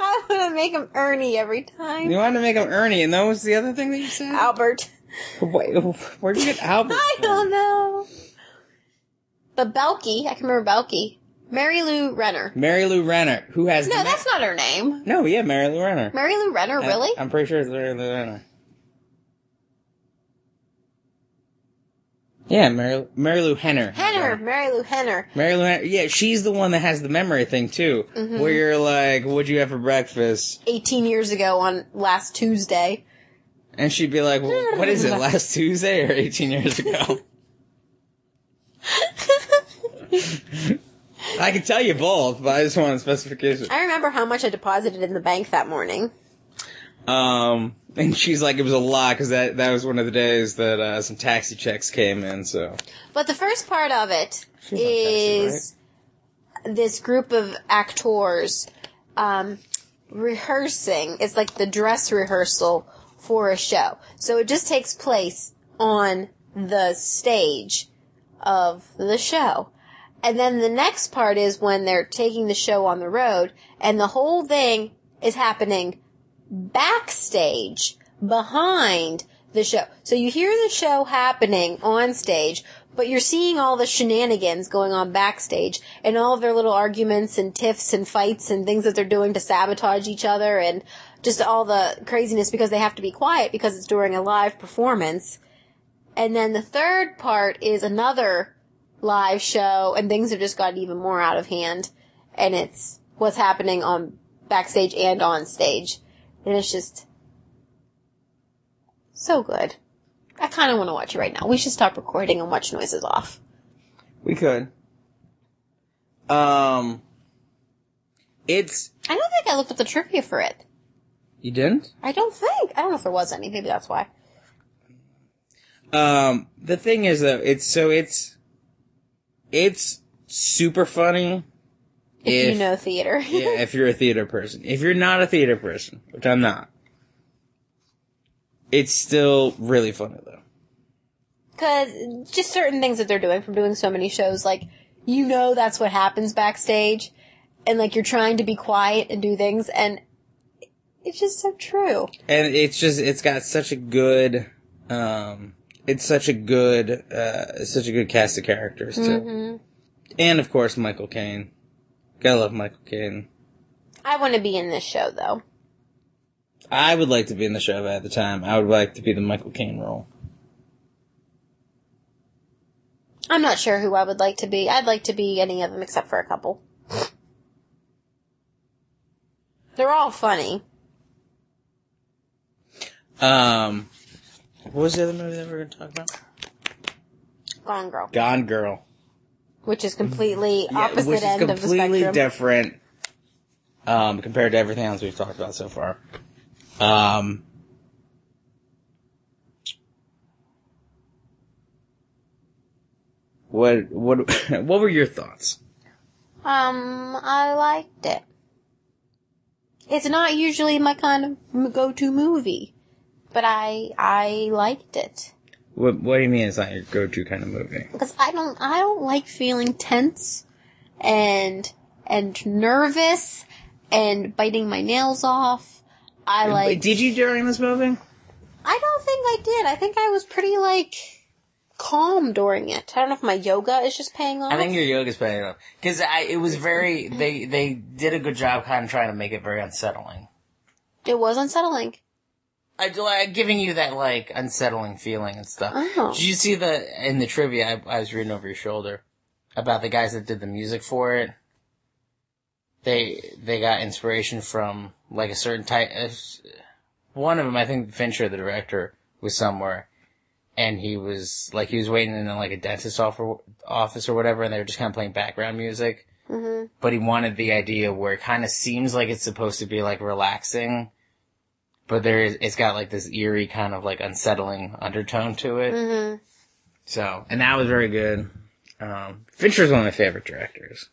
Speaker 3: I want to make him Ernie every time.
Speaker 6: You wanted to make him Ernie, and that was the other thing that you said.
Speaker 3: Albert.
Speaker 6: Wait, where'd you get Albert?
Speaker 3: I don't know. But Belky, I can remember Belky. Mary Lou Renner.
Speaker 6: Mary Lou Renner, who has
Speaker 3: No,
Speaker 6: the
Speaker 3: that's not her name. Uh,
Speaker 6: no, yeah, Mary Lou Renner.
Speaker 3: Mary Lou Renner,
Speaker 6: I-
Speaker 3: really?
Speaker 6: I'm pretty sure it's Mary Lou Renner. Yeah, Mary Mary Lou Henner.
Speaker 3: Henner, Mary Lou Henner.
Speaker 6: Mary Lou Henner. Yeah, she's the one that has the memory thing too,
Speaker 3: Mm-hmm.
Speaker 6: where you're like, "What'd you have for breakfast?"
Speaker 3: 18 years ago on last Tuesday.
Speaker 6: And she'd be like, well, "What is it? Last Tuesday or 18 years ago?" I can tell you both, but I just want a specification.
Speaker 3: I remember how much I deposited in the bank that morning.
Speaker 6: Um, and she's like, it was a lot because that that was one of the days that uh, some taxi checks came in. So
Speaker 3: But the first part of it is
Speaker 6: on Pepsi,
Speaker 3: this group of actors um, rehearsing. It's like the dress rehearsal for a show. So it just takes place on the stage of the show. And then the next part is when they're taking the show on the road, and the whole thing is happening backstage behind the show. So you hear the show happening on stage, but you're seeing all the shenanigans going on backstage and all of their little arguments and tiffs and fights and things that they're doing to sabotage each other and just all the craziness because they have to be quiet because it's during a live performance. And then the third part is another live show and things have just gotten even more out of hand and it's what's happening on backstage and on stage. And it's just so good. I kind of want to watch it right now. We should stop recording and watch noises off.
Speaker 6: we could. Um, it's
Speaker 3: I don't think I looked up the trivia for it.
Speaker 6: you didn't.
Speaker 3: I don't think. I don't know if there was any. Maybe that's why.
Speaker 6: Um, the thing is though, it's so it's it's super funny.
Speaker 3: If, you know theater.
Speaker 6: yeah, if you're a theater person. If you're not a theater person, which I'm not, it's still really funny though.
Speaker 3: Because just certain things that they're doing from doing so many shows, like, you know that's what happens backstage. And like you're trying to be quiet and do things and it's just so true.
Speaker 6: and it's just it's got such a good um it's such a good uh such a good cast of characters too and of course michael caine gotta love michael caine
Speaker 3: I want to be in this show though.
Speaker 6: i would like to be in the show if I had the time i would like to be the michael caine role
Speaker 3: I'm not sure who I would like to be. I'd like to be any of them except for a couple. They're all funny.
Speaker 6: um what was the other movie that we were gonna talk about
Speaker 3: Gone Girl,
Speaker 6: gone girl
Speaker 3: which is completely
Speaker 6: Yeah,
Speaker 3: opposite
Speaker 6: which is
Speaker 3: end of the
Speaker 6: completely
Speaker 3: spectrum.
Speaker 6: different um, compared to everything else we've talked about so far. Um, what what what were your thoughts?
Speaker 3: um, I liked it. It's not usually my kind of go-to movie, but I I liked it
Speaker 6: What what do you mean it's not your go-to kind of movie?
Speaker 3: because I don't I don't like feeling tense and and nervous and biting my nails off. I like.
Speaker 6: Did you during this movie?
Speaker 3: I don't think I did. I think I was pretty like calm during it. I don't know if my yoga is just paying off.
Speaker 6: I think your yoga's paying off because it was very they they did a good job kind of trying to make it very unsettling.
Speaker 3: it was unsettling.
Speaker 6: I do like giving you that like unsettling feeling and stuff.
Speaker 3: Oh.
Speaker 6: Did you see the in the trivia I, I was reading over your shoulder about the guys that did the music for it? They they got inspiration from like a certain type. uh, s- One of them, I think Fincher, the director, was somewhere, and he was like he was waiting in like a dentist's offer, office or whatever, and they were just kind of playing background music. Mm-hmm. But he wanted the idea where it kind of seems like it's supposed to be like relaxing, but there is it's got like this eerie kind of like unsettling undertone to it. Mm-hmm. So, and that was very good. Um, Fincher's one of my favorite directors.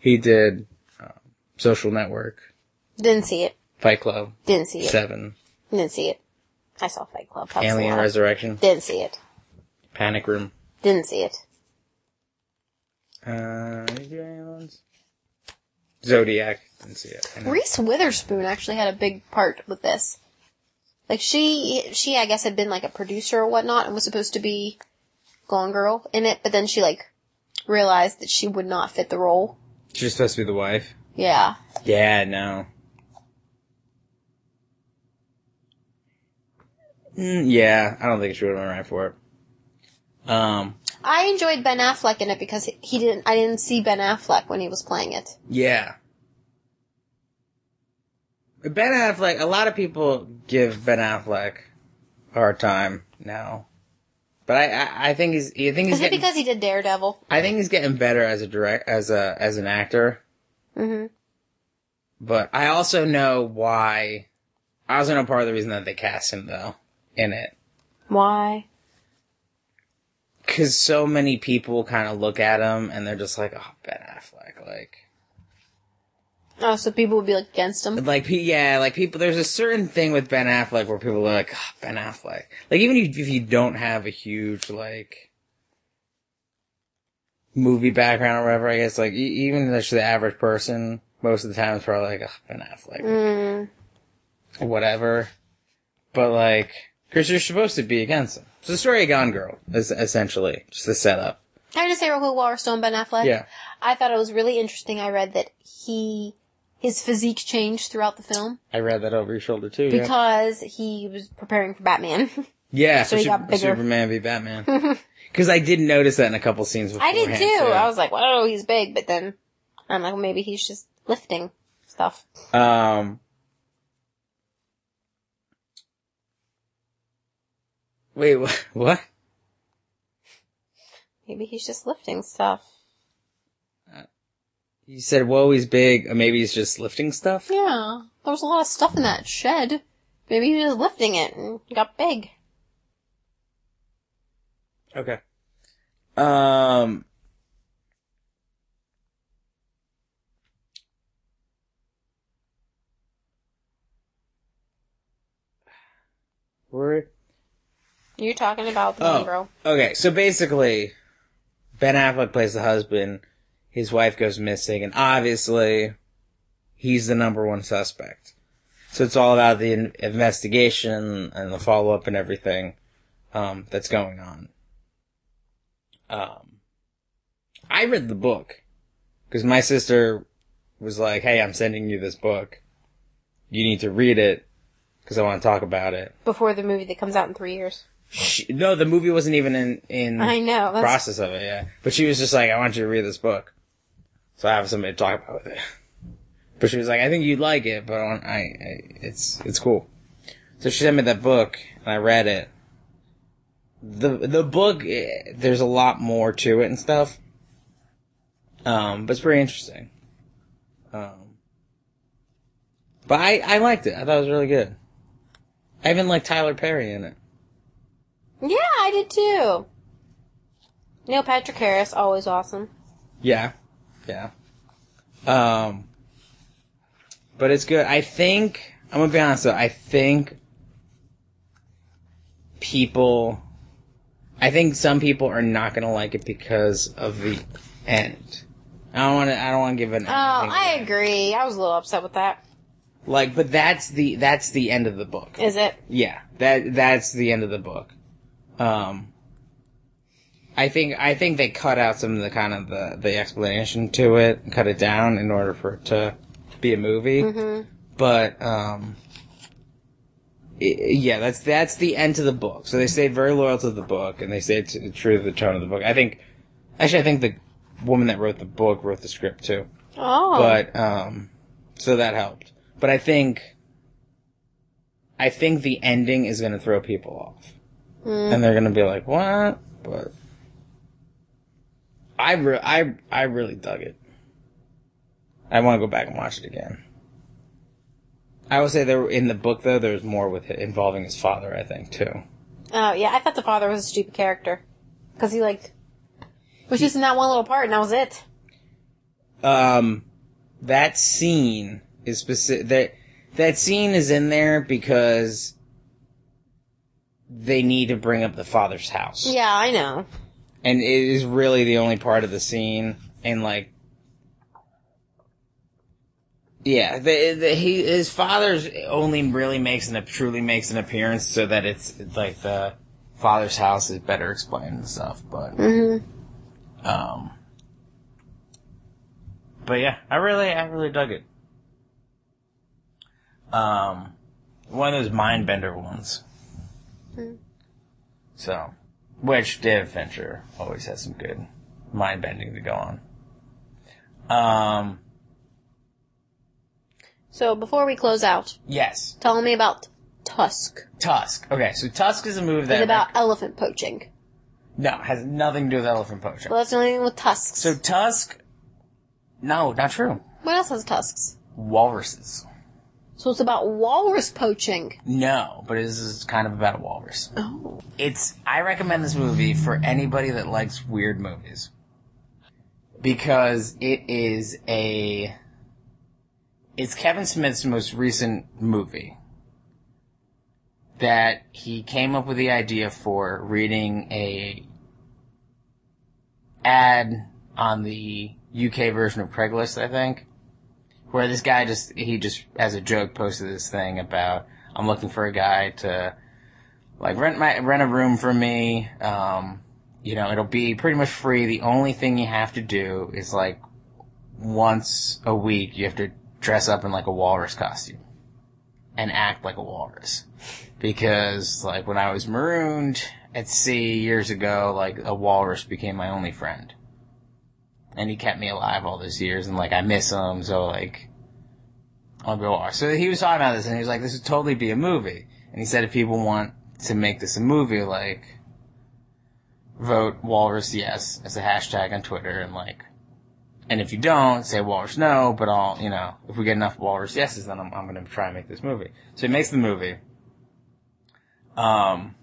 Speaker 6: He did um, Social Network,
Speaker 3: Didn't see it.
Speaker 6: Fight Club,
Speaker 3: Didn't see it.
Speaker 6: Seven,
Speaker 3: Didn't see it. I saw Fight Club. That was a
Speaker 6: Alien
Speaker 3: lot.
Speaker 6: Resurrection,
Speaker 3: Didn't see it.
Speaker 6: Panic Room.
Speaker 3: Didn't see it.
Speaker 6: Uh, Zodiac. Didn't see it. I know.
Speaker 3: Reese Witherspoon actually had a big part with this. Like she, she I guess had been like a producer or whatnot, and was supposed to be Gone Girl in it, but then she like realized that she would not fit the role.
Speaker 6: She was supposed to be the wife.
Speaker 3: Yeah,
Speaker 6: Yeah, no. Mm, yeah, I don't think she would have been right for it. Um,
Speaker 3: I enjoyed Ben Affleck in it because he- he didn't. I didn't see Ben Affleck when he was playing it.
Speaker 6: yeah. Ben Affleck, a lot of people give Ben Affleck a hard time now. But I, I, I think he's, I think he's
Speaker 3: Is it
Speaker 6: getting,
Speaker 3: because he did Daredevil?
Speaker 6: I think he's getting better as a direct, as a, as an actor. Mm-hmm.
Speaker 3: Mhm.
Speaker 6: But I also know why. I also know part of the reason that they cast him though in it,
Speaker 3: Why?
Speaker 6: because so many people kind of look at him and they're just like, oh, Ben Affleck, like.
Speaker 3: Oh, so people would be like against him.
Speaker 6: Mm-hmm. Like, pe- yeah, like people, there's a certain thing with Ben Affleck where people are like, "Ah, Ben Affleck. Like, even if if you don't have a huge, like, movie background or whatever, I guess, like, e- even just the average person, most of the time it's probably like, "Ah, Ben Affleck. Whatever. But, like, because you're supposed to be against him. It's the story of Gone Girl, is essentially. Just the setup.
Speaker 3: Can I just say real quick while we're still on Ben Affleck?
Speaker 6: Yeah.
Speaker 3: I thought it was really interesting. I read that he, his physique changed throughout the film
Speaker 6: I read that over your shoulder, too. yeah.
Speaker 3: because he was preparing for Batman.
Speaker 6: Yeah,
Speaker 3: So
Speaker 6: for
Speaker 3: he
Speaker 6: Sup-
Speaker 3: got bigger.
Speaker 6: Superman v Batman. Because I did notice that in a couple scenes.
Speaker 3: I did
Speaker 6: beforehand,
Speaker 3: too. I was like, whoa, he's big, but then I'm like, well, maybe he's just lifting stuff.
Speaker 6: Um. Wait, what? What?
Speaker 3: Maybe he's just lifting stuff.
Speaker 6: You said, "Whoa, he's big." Or maybe he's just lifting stuff.
Speaker 3: Yeah, there was a lot of stuff in that shed. Maybe he was lifting it and got big.
Speaker 6: Okay. Um. Where?
Speaker 3: You're talking about the
Speaker 6: Oh,
Speaker 3: one girl.
Speaker 6: okay. So basically, Ben Affleck plays the husband. His wife goes missing, and obviously, he's the number one suspect. So it's all about the in- investigation and the follow up and everything um, that's going on. Um, I read the book because my sister was like, "Hey, I'm sending you this book. You need to read it because I want to talk about it."
Speaker 3: Before the movie that comes out in three years.
Speaker 6: She, no, the movie wasn't even in in
Speaker 3: I know. That's,
Speaker 6: process of it, yeah. But she was just like, I want you to read this book. So I have somebody to talk about with it. But she was like, I think you'd like it, but I, want, I, I it's, it's cool. So she sent me that book, and I read it. The, the book, eh, there's a lot more to it and stuff. Um, but it's pretty interesting. Um, but I, I liked it. I thought it was really good. I even liked Tyler Perry in it.
Speaker 3: yeah, I did too. Neil Patrick Harris, always awesome.
Speaker 6: Yeah. Yeah. Um but it's good. I think I'm gonna be honest though, I think people I think some people are not gonna like it because of the end. I don't wanna I don't wanna give an
Speaker 3: Oh, I agree. I was a little upset with that.
Speaker 6: like but that's the that's the end of the book.
Speaker 3: Is it?
Speaker 6: Yeah, that that's the end of the book. Um, I think I think they cut out some of the kind of the the explanation to it, cut it down in order for it to be a movie. But um, i yeah, that's that's the end of the book. So they stayed very loyal to the book, and they stayed t- true to the tone of the book. I think actually, I think the woman that wrote the book wrote the script too
Speaker 3: Oh.
Speaker 6: but um so that helped but i think i think the ending is going to throw people off and they're going to be like what but i re- i i really dug it i want to go back and watch it again i would say there in the book though there's more with it involving his father i think too
Speaker 3: oh, yeah, I thought the father was a stupid character. Because he, like, was just in that one little part and that was it.
Speaker 6: um that scene is specific that that scene is in there because they need to bring up the father's house
Speaker 3: Yeah, I know.
Speaker 6: and it is really the only part of the scene and like yeah the, the, he, his father's only really makes an truly makes an appearance so that it's, it's like the father's house is better explained and stuff but um but yeah i really i really dug it um one of those mind bender ones Hmm. so which David Fincher always has some good mind bending to go on. Um,
Speaker 3: So before we close out,
Speaker 6: yes,
Speaker 3: tell me about Tusk.
Speaker 6: Tusk. Okay, so Tusk is a movie that
Speaker 3: It's about elephant poaching.
Speaker 6: No, has nothing to do with elephant poaching.
Speaker 3: Well, that's the only thing with tusks.
Speaker 6: So tusk? No, not true.
Speaker 3: what else has tusks?
Speaker 6: Walruses.
Speaker 3: So it's about walrus poaching.
Speaker 6: No, but it is kind of about a walrus. Oh. It's I recommend this movie for anybody that likes weird movies. Because it is a it's Kevin Smith's most recent movie that he came up with the idea for reading a ad on the UK version of Craigslist, I think where this guy just he just as a joke posted this thing about I'm looking for a guy to like rent my rent a room for me. Um, you know, it'll be pretty much free. The only thing you have to do is like once a week you have to dress up in like a walrus costume and act like a walrus because like when I was marooned at sea years ago, like a walrus became my only friend and he kept me alive all those years, and like I miss him, so like I'll go off. So he was talking about this, and he was like, "This would totally be a movie." And he said, "If people want to make this a movie, like vote Walrus yes as a hashtag on Twitter, and like, and if you don't, say Walrus no." But I'll, you know, if we get enough Walrus yeses, then I'm, I'm going to try and make this movie. So he makes the movie. Um,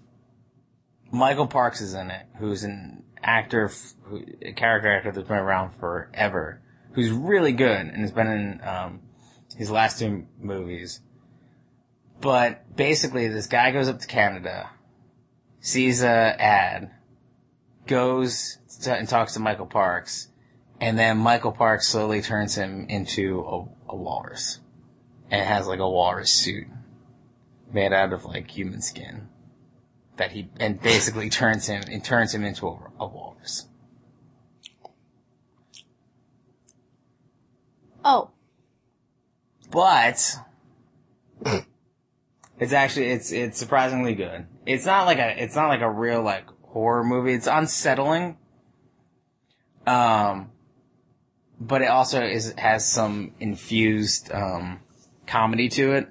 Speaker 6: Michael Parks is in it, who's an actor, f- who- a character actor that's been around forever, who's really good and has been in um, his last two movies. But basically, this guy goes up to Canada, sees a ad, goes to, and talks to Michael Parks, and then Michael Parks slowly turns him into a, a walrus, and has like a walrus suit made out of like human skin that he and basically turns him and turns him into a, a walrus.
Speaker 3: Oh,
Speaker 6: But it's actually it's it's surprisingly good. It's not like a it's not like a real like horror movie. It's unsettling. Um but it also is has some infused um comedy to it.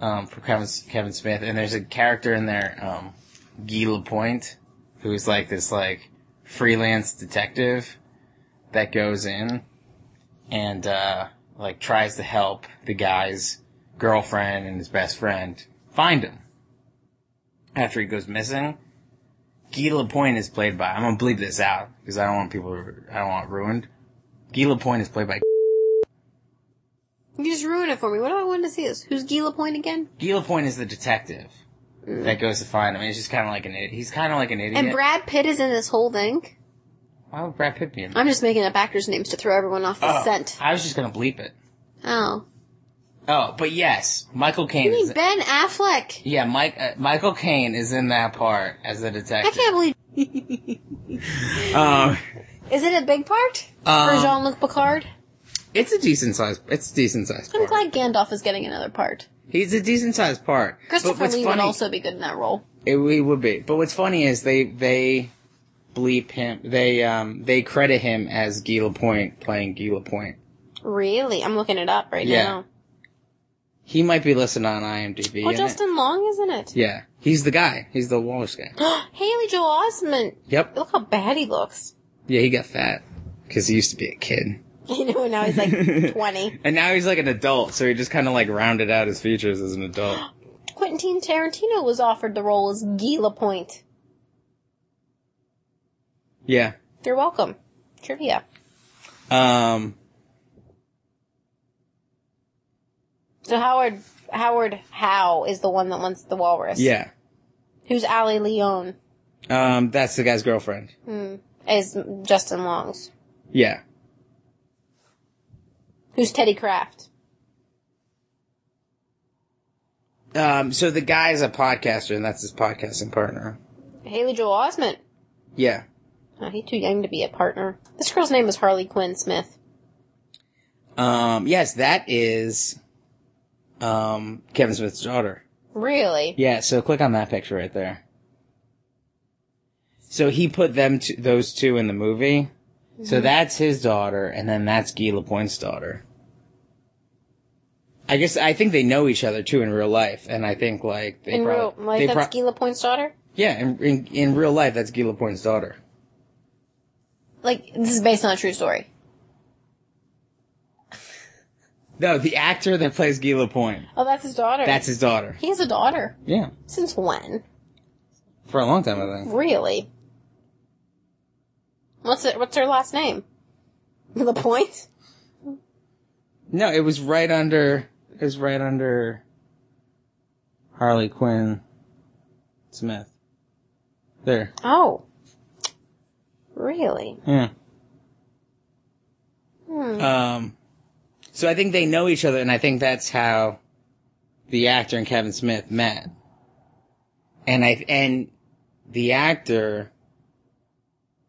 Speaker 6: Um for Kevin Kevin Smith and there's a character in there um Guy Lapointe who's like this like freelance detective that goes in and uh, like tries to help the guy's girlfriend and his best friend find him after he goes missing. Guy Lapointe is played by. I'm gonna bleep this out because I don't want people. to- I don't want it ruined. Guy Lapointe is played by.
Speaker 3: you just ruined it for me. What do I want to see this? Who's Gila Point again?
Speaker 6: Guy Lapointe is the detective that goes to find him. He's just kind of like an. id- He's kind of like an idiot.
Speaker 3: And Brad Pitt is in this whole thing.
Speaker 6: Why would Brad Pitt be in?
Speaker 3: I'm just making up actors' names to throw everyone off the
Speaker 6: Oh,
Speaker 3: scent.
Speaker 6: I was just gonna bleep it.
Speaker 3: Oh,
Speaker 6: Oh, but yes, Michael
Speaker 3: you
Speaker 6: Caine. Is,
Speaker 3: mean Ben Affleck?
Speaker 6: yeah, Mike. Uh, Michael Caine is in that part as the
Speaker 3: I
Speaker 6: detective.
Speaker 3: can't believe.
Speaker 6: Um,
Speaker 3: Is it a big part for
Speaker 6: Um,
Speaker 3: Jean-Luc Picard?
Speaker 6: It's a decent size. It's a decent size.
Speaker 3: I'm glad Gandalf is getting another part.
Speaker 6: He's a decent sized part. But
Speaker 3: Christopher
Speaker 6: what's
Speaker 3: Lee would
Speaker 6: funny,
Speaker 3: also be good in that role.
Speaker 6: It, he would be. But what's funny is they they bleep him. They um they credit him as Guy Lapointe playing Guy Lapointe.
Speaker 3: Really, I'm looking it up right
Speaker 6: Yeah.
Speaker 3: now.
Speaker 6: He might be listed on IMDb.
Speaker 3: Well,
Speaker 6: isn't it?
Speaker 3: Oh, Justin Long, isn't it?
Speaker 6: Yeah, he's the guy. He's the Walrus guy.
Speaker 3: Haley Joel Osment.
Speaker 6: yep.
Speaker 3: Look how bad he looks.
Speaker 6: Yeah, he got fat because he used to be a kid,
Speaker 3: You know, now he's like 20.
Speaker 6: and now he's like an adult. So he just kind of like rounded out his features as an adult.
Speaker 3: Quentin Tarantino was offered the role as Gila Point.
Speaker 6: Yeah.
Speaker 3: You're welcome. Trivia.
Speaker 6: Um.
Speaker 3: So Howard Howard Howe is the one that wants the walrus.
Speaker 6: Yeah.
Speaker 3: Who's Ali Leon
Speaker 6: Um. That's the guy's girlfriend.
Speaker 3: is Justin Long's.
Speaker 6: Yeah.
Speaker 3: Who's Teddy Kraft?
Speaker 6: Um, so the guy's a podcaster, and that's his podcasting partner.
Speaker 3: Haley Joel Osment.
Speaker 6: Yeah.
Speaker 3: Oh, he's too young to be a partner. This girl's name is Harley Quinn Smith.
Speaker 6: Um, yes, that is um, Kevin Smith's daughter.
Speaker 3: Really?
Speaker 6: Yeah. So click on that picture right there. So he put them t those two in the movie. So
Speaker 3: Mm-hmm.
Speaker 6: that's his daughter, and then that's Guy Lapointe's daughter. I guess I think they know each other too in real life, and I think like they
Speaker 3: In
Speaker 6: prob-
Speaker 3: real, like
Speaker 6: they
Speaker 3: that's
Speaker 6: pro-
Speaker 3: Gila Point's daughter?
Speaker 6: Yeah, in, in, in real life, that's Guy Lapointe's daughter.
Speaker 3: Like, this is based on a true story.
Speaker 6: No, the actor that plays Guy Lapointe.
Speaker 3: Oh, that's his daughter.
Speaker 6: That's his daughter.
Speaker 3: He has a daughter.
Speaker 6: Yeah.
Speaker 3: Since when?
Speaker 6: For a long time, I think.
Speaker 3: Really? What's it? What's her last name? Lapointe.
Speaker 6: No, it was right under. It was right under. Harley Quinn. Smith. There.
Speaker 3: Oh. Really?
Speaker 6: Yeah. Um. So I think they know each other, and I think that's how the actor and Kevin Smith met. And I and the actor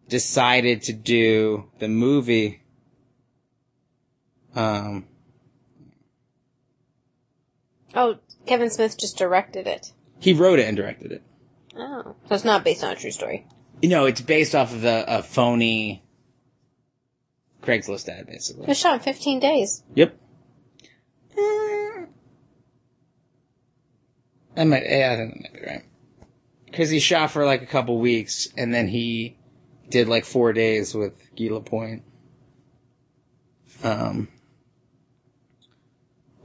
Speaker 6: decided to do the movie. Um.
Speaker 3: Oh, Kevin Smith just directed it.
Speaker 6: He wrote it and directed it.
Speaker 3: Oh. So it's not based on a true story.
Speaker 6: You know, it's based off of a, a phony Craigslist ad,
Speaker 3: It was
Speaker 6: basically.
Speaker 3: shot in 15 days.
Speaker 6: Yep. That might, yeah, I think that might be right. Because he shot for like a couple weeks, and then he did like four days with Guy Lapointe. Um,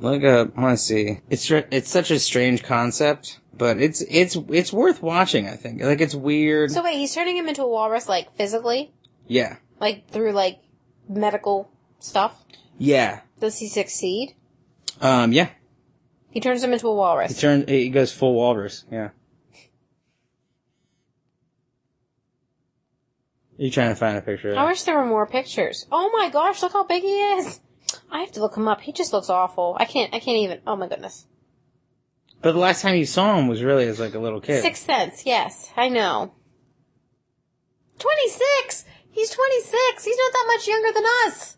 Speaker 6: look up. Let's see. It's str- it's such a strange concept, but it's it's it's worth watching. I think like it's weird.
Speaker 3: So wait, he's turning him into a walrus, like physically,
Speaker 6: yeah,
Speaker 3: like through like medical stuff.
Speaker 6: yeah,
Speaker 3: Does he succeed?
Speaker 6: um, yeah.
Speaker 3: He turns him into a
Speaker 6: He
Speaker 3: walrus.
Speaker 6: turns. He goes full walrus. Yeah. You're trying to find a picture. Of
Speaker 3: I
Speaker 6: it.
Speaker 3: wish there were more pictures. Oh my gosh, look how big he is. I have to look him up. He just looks awful. I can't. I can't even. Oh my goodness.
Speaker 6: But the last time you saw him was really as like a little kid.
Speaker 3: Sixth Sense, yes, I know. 26! He's 26! He's not that much younger than us!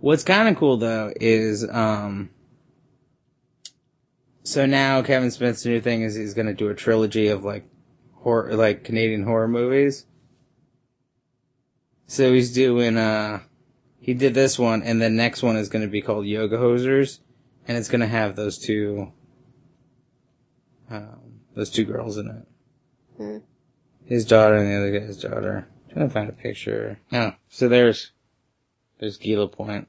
Speaker 6: What's kind of cool though is, um, so now Kevin Smith's new thing is he's gonna do a trilogy of like horror, like Canadian horror movies. So he's doing, uh, he did this one and the next one is gonna be called Yoga Hosers and it's gonna have those two, um, those two girls in it. His daughter and the other guy's daughter. trying to find a picture. Oh, so there's, there's Gila Point.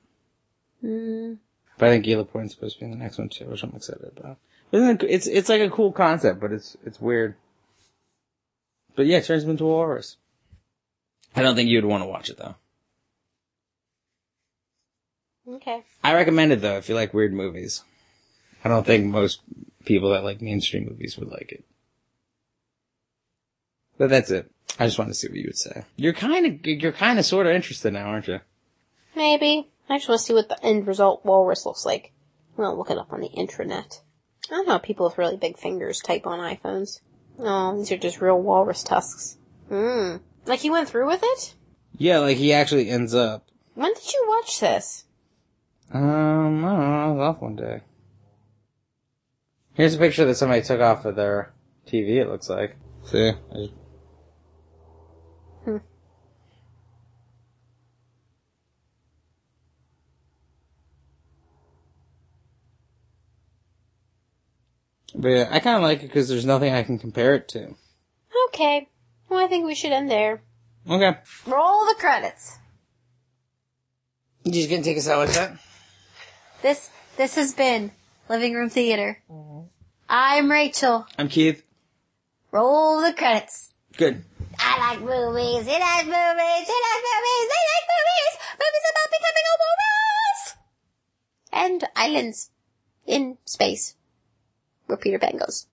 Speaker 6: But I think Gila Point's supposed to be in the next one too, which I'm excited about. But isn't it, it's it's like a cool concept, but it's it's weird. But yeah, it turns him into a walrus. I don't think you'd want to watch it though.
Speaker 3: Okay.
Speaker 6: I recommend it though if you like weird movies. I don't think most people that like mainstream movies would like it. But that's it. I just wanted to see what you would say. You're kind of you're kind of sort of interested now, aren't you?
Speaker 3: Maybe. I just want to see what the end result walrus looks like. I'm gonna look it up on the intranet. I don't know how people with really big fingers type on iPhones. Oh, these are just real walrus tusks. Mmm. Like he went through with it?
Speaker 6: Yeah, like he actually ends up
Speaker 3: When did you watch this?
Speaker 6: Um, I don't know. I was off one day. Here's a picture that somebody took off of their TV. It looks like. See. I- But yeah, I kind of like it because there's nothing I can compare it to.
Speaker 3: Okay. Well, I think we should end there.
Speaker 6: Okay.
Speaker 3: Roll the credits.
Speaker 6: You just gonna take us out like that?
Speaker 2: This this has been Living Room Theater. I'm Rachel.
Speaker 6: I'm Keith.
Speaker 2: Roll the credits.
Speaker 6: Good.
Speaker 2: I like movies. He likes movies. He likes movies. They like movies. Movies about becoming a walrus.
Speaker 3: and islands in space where Peter Pan goes.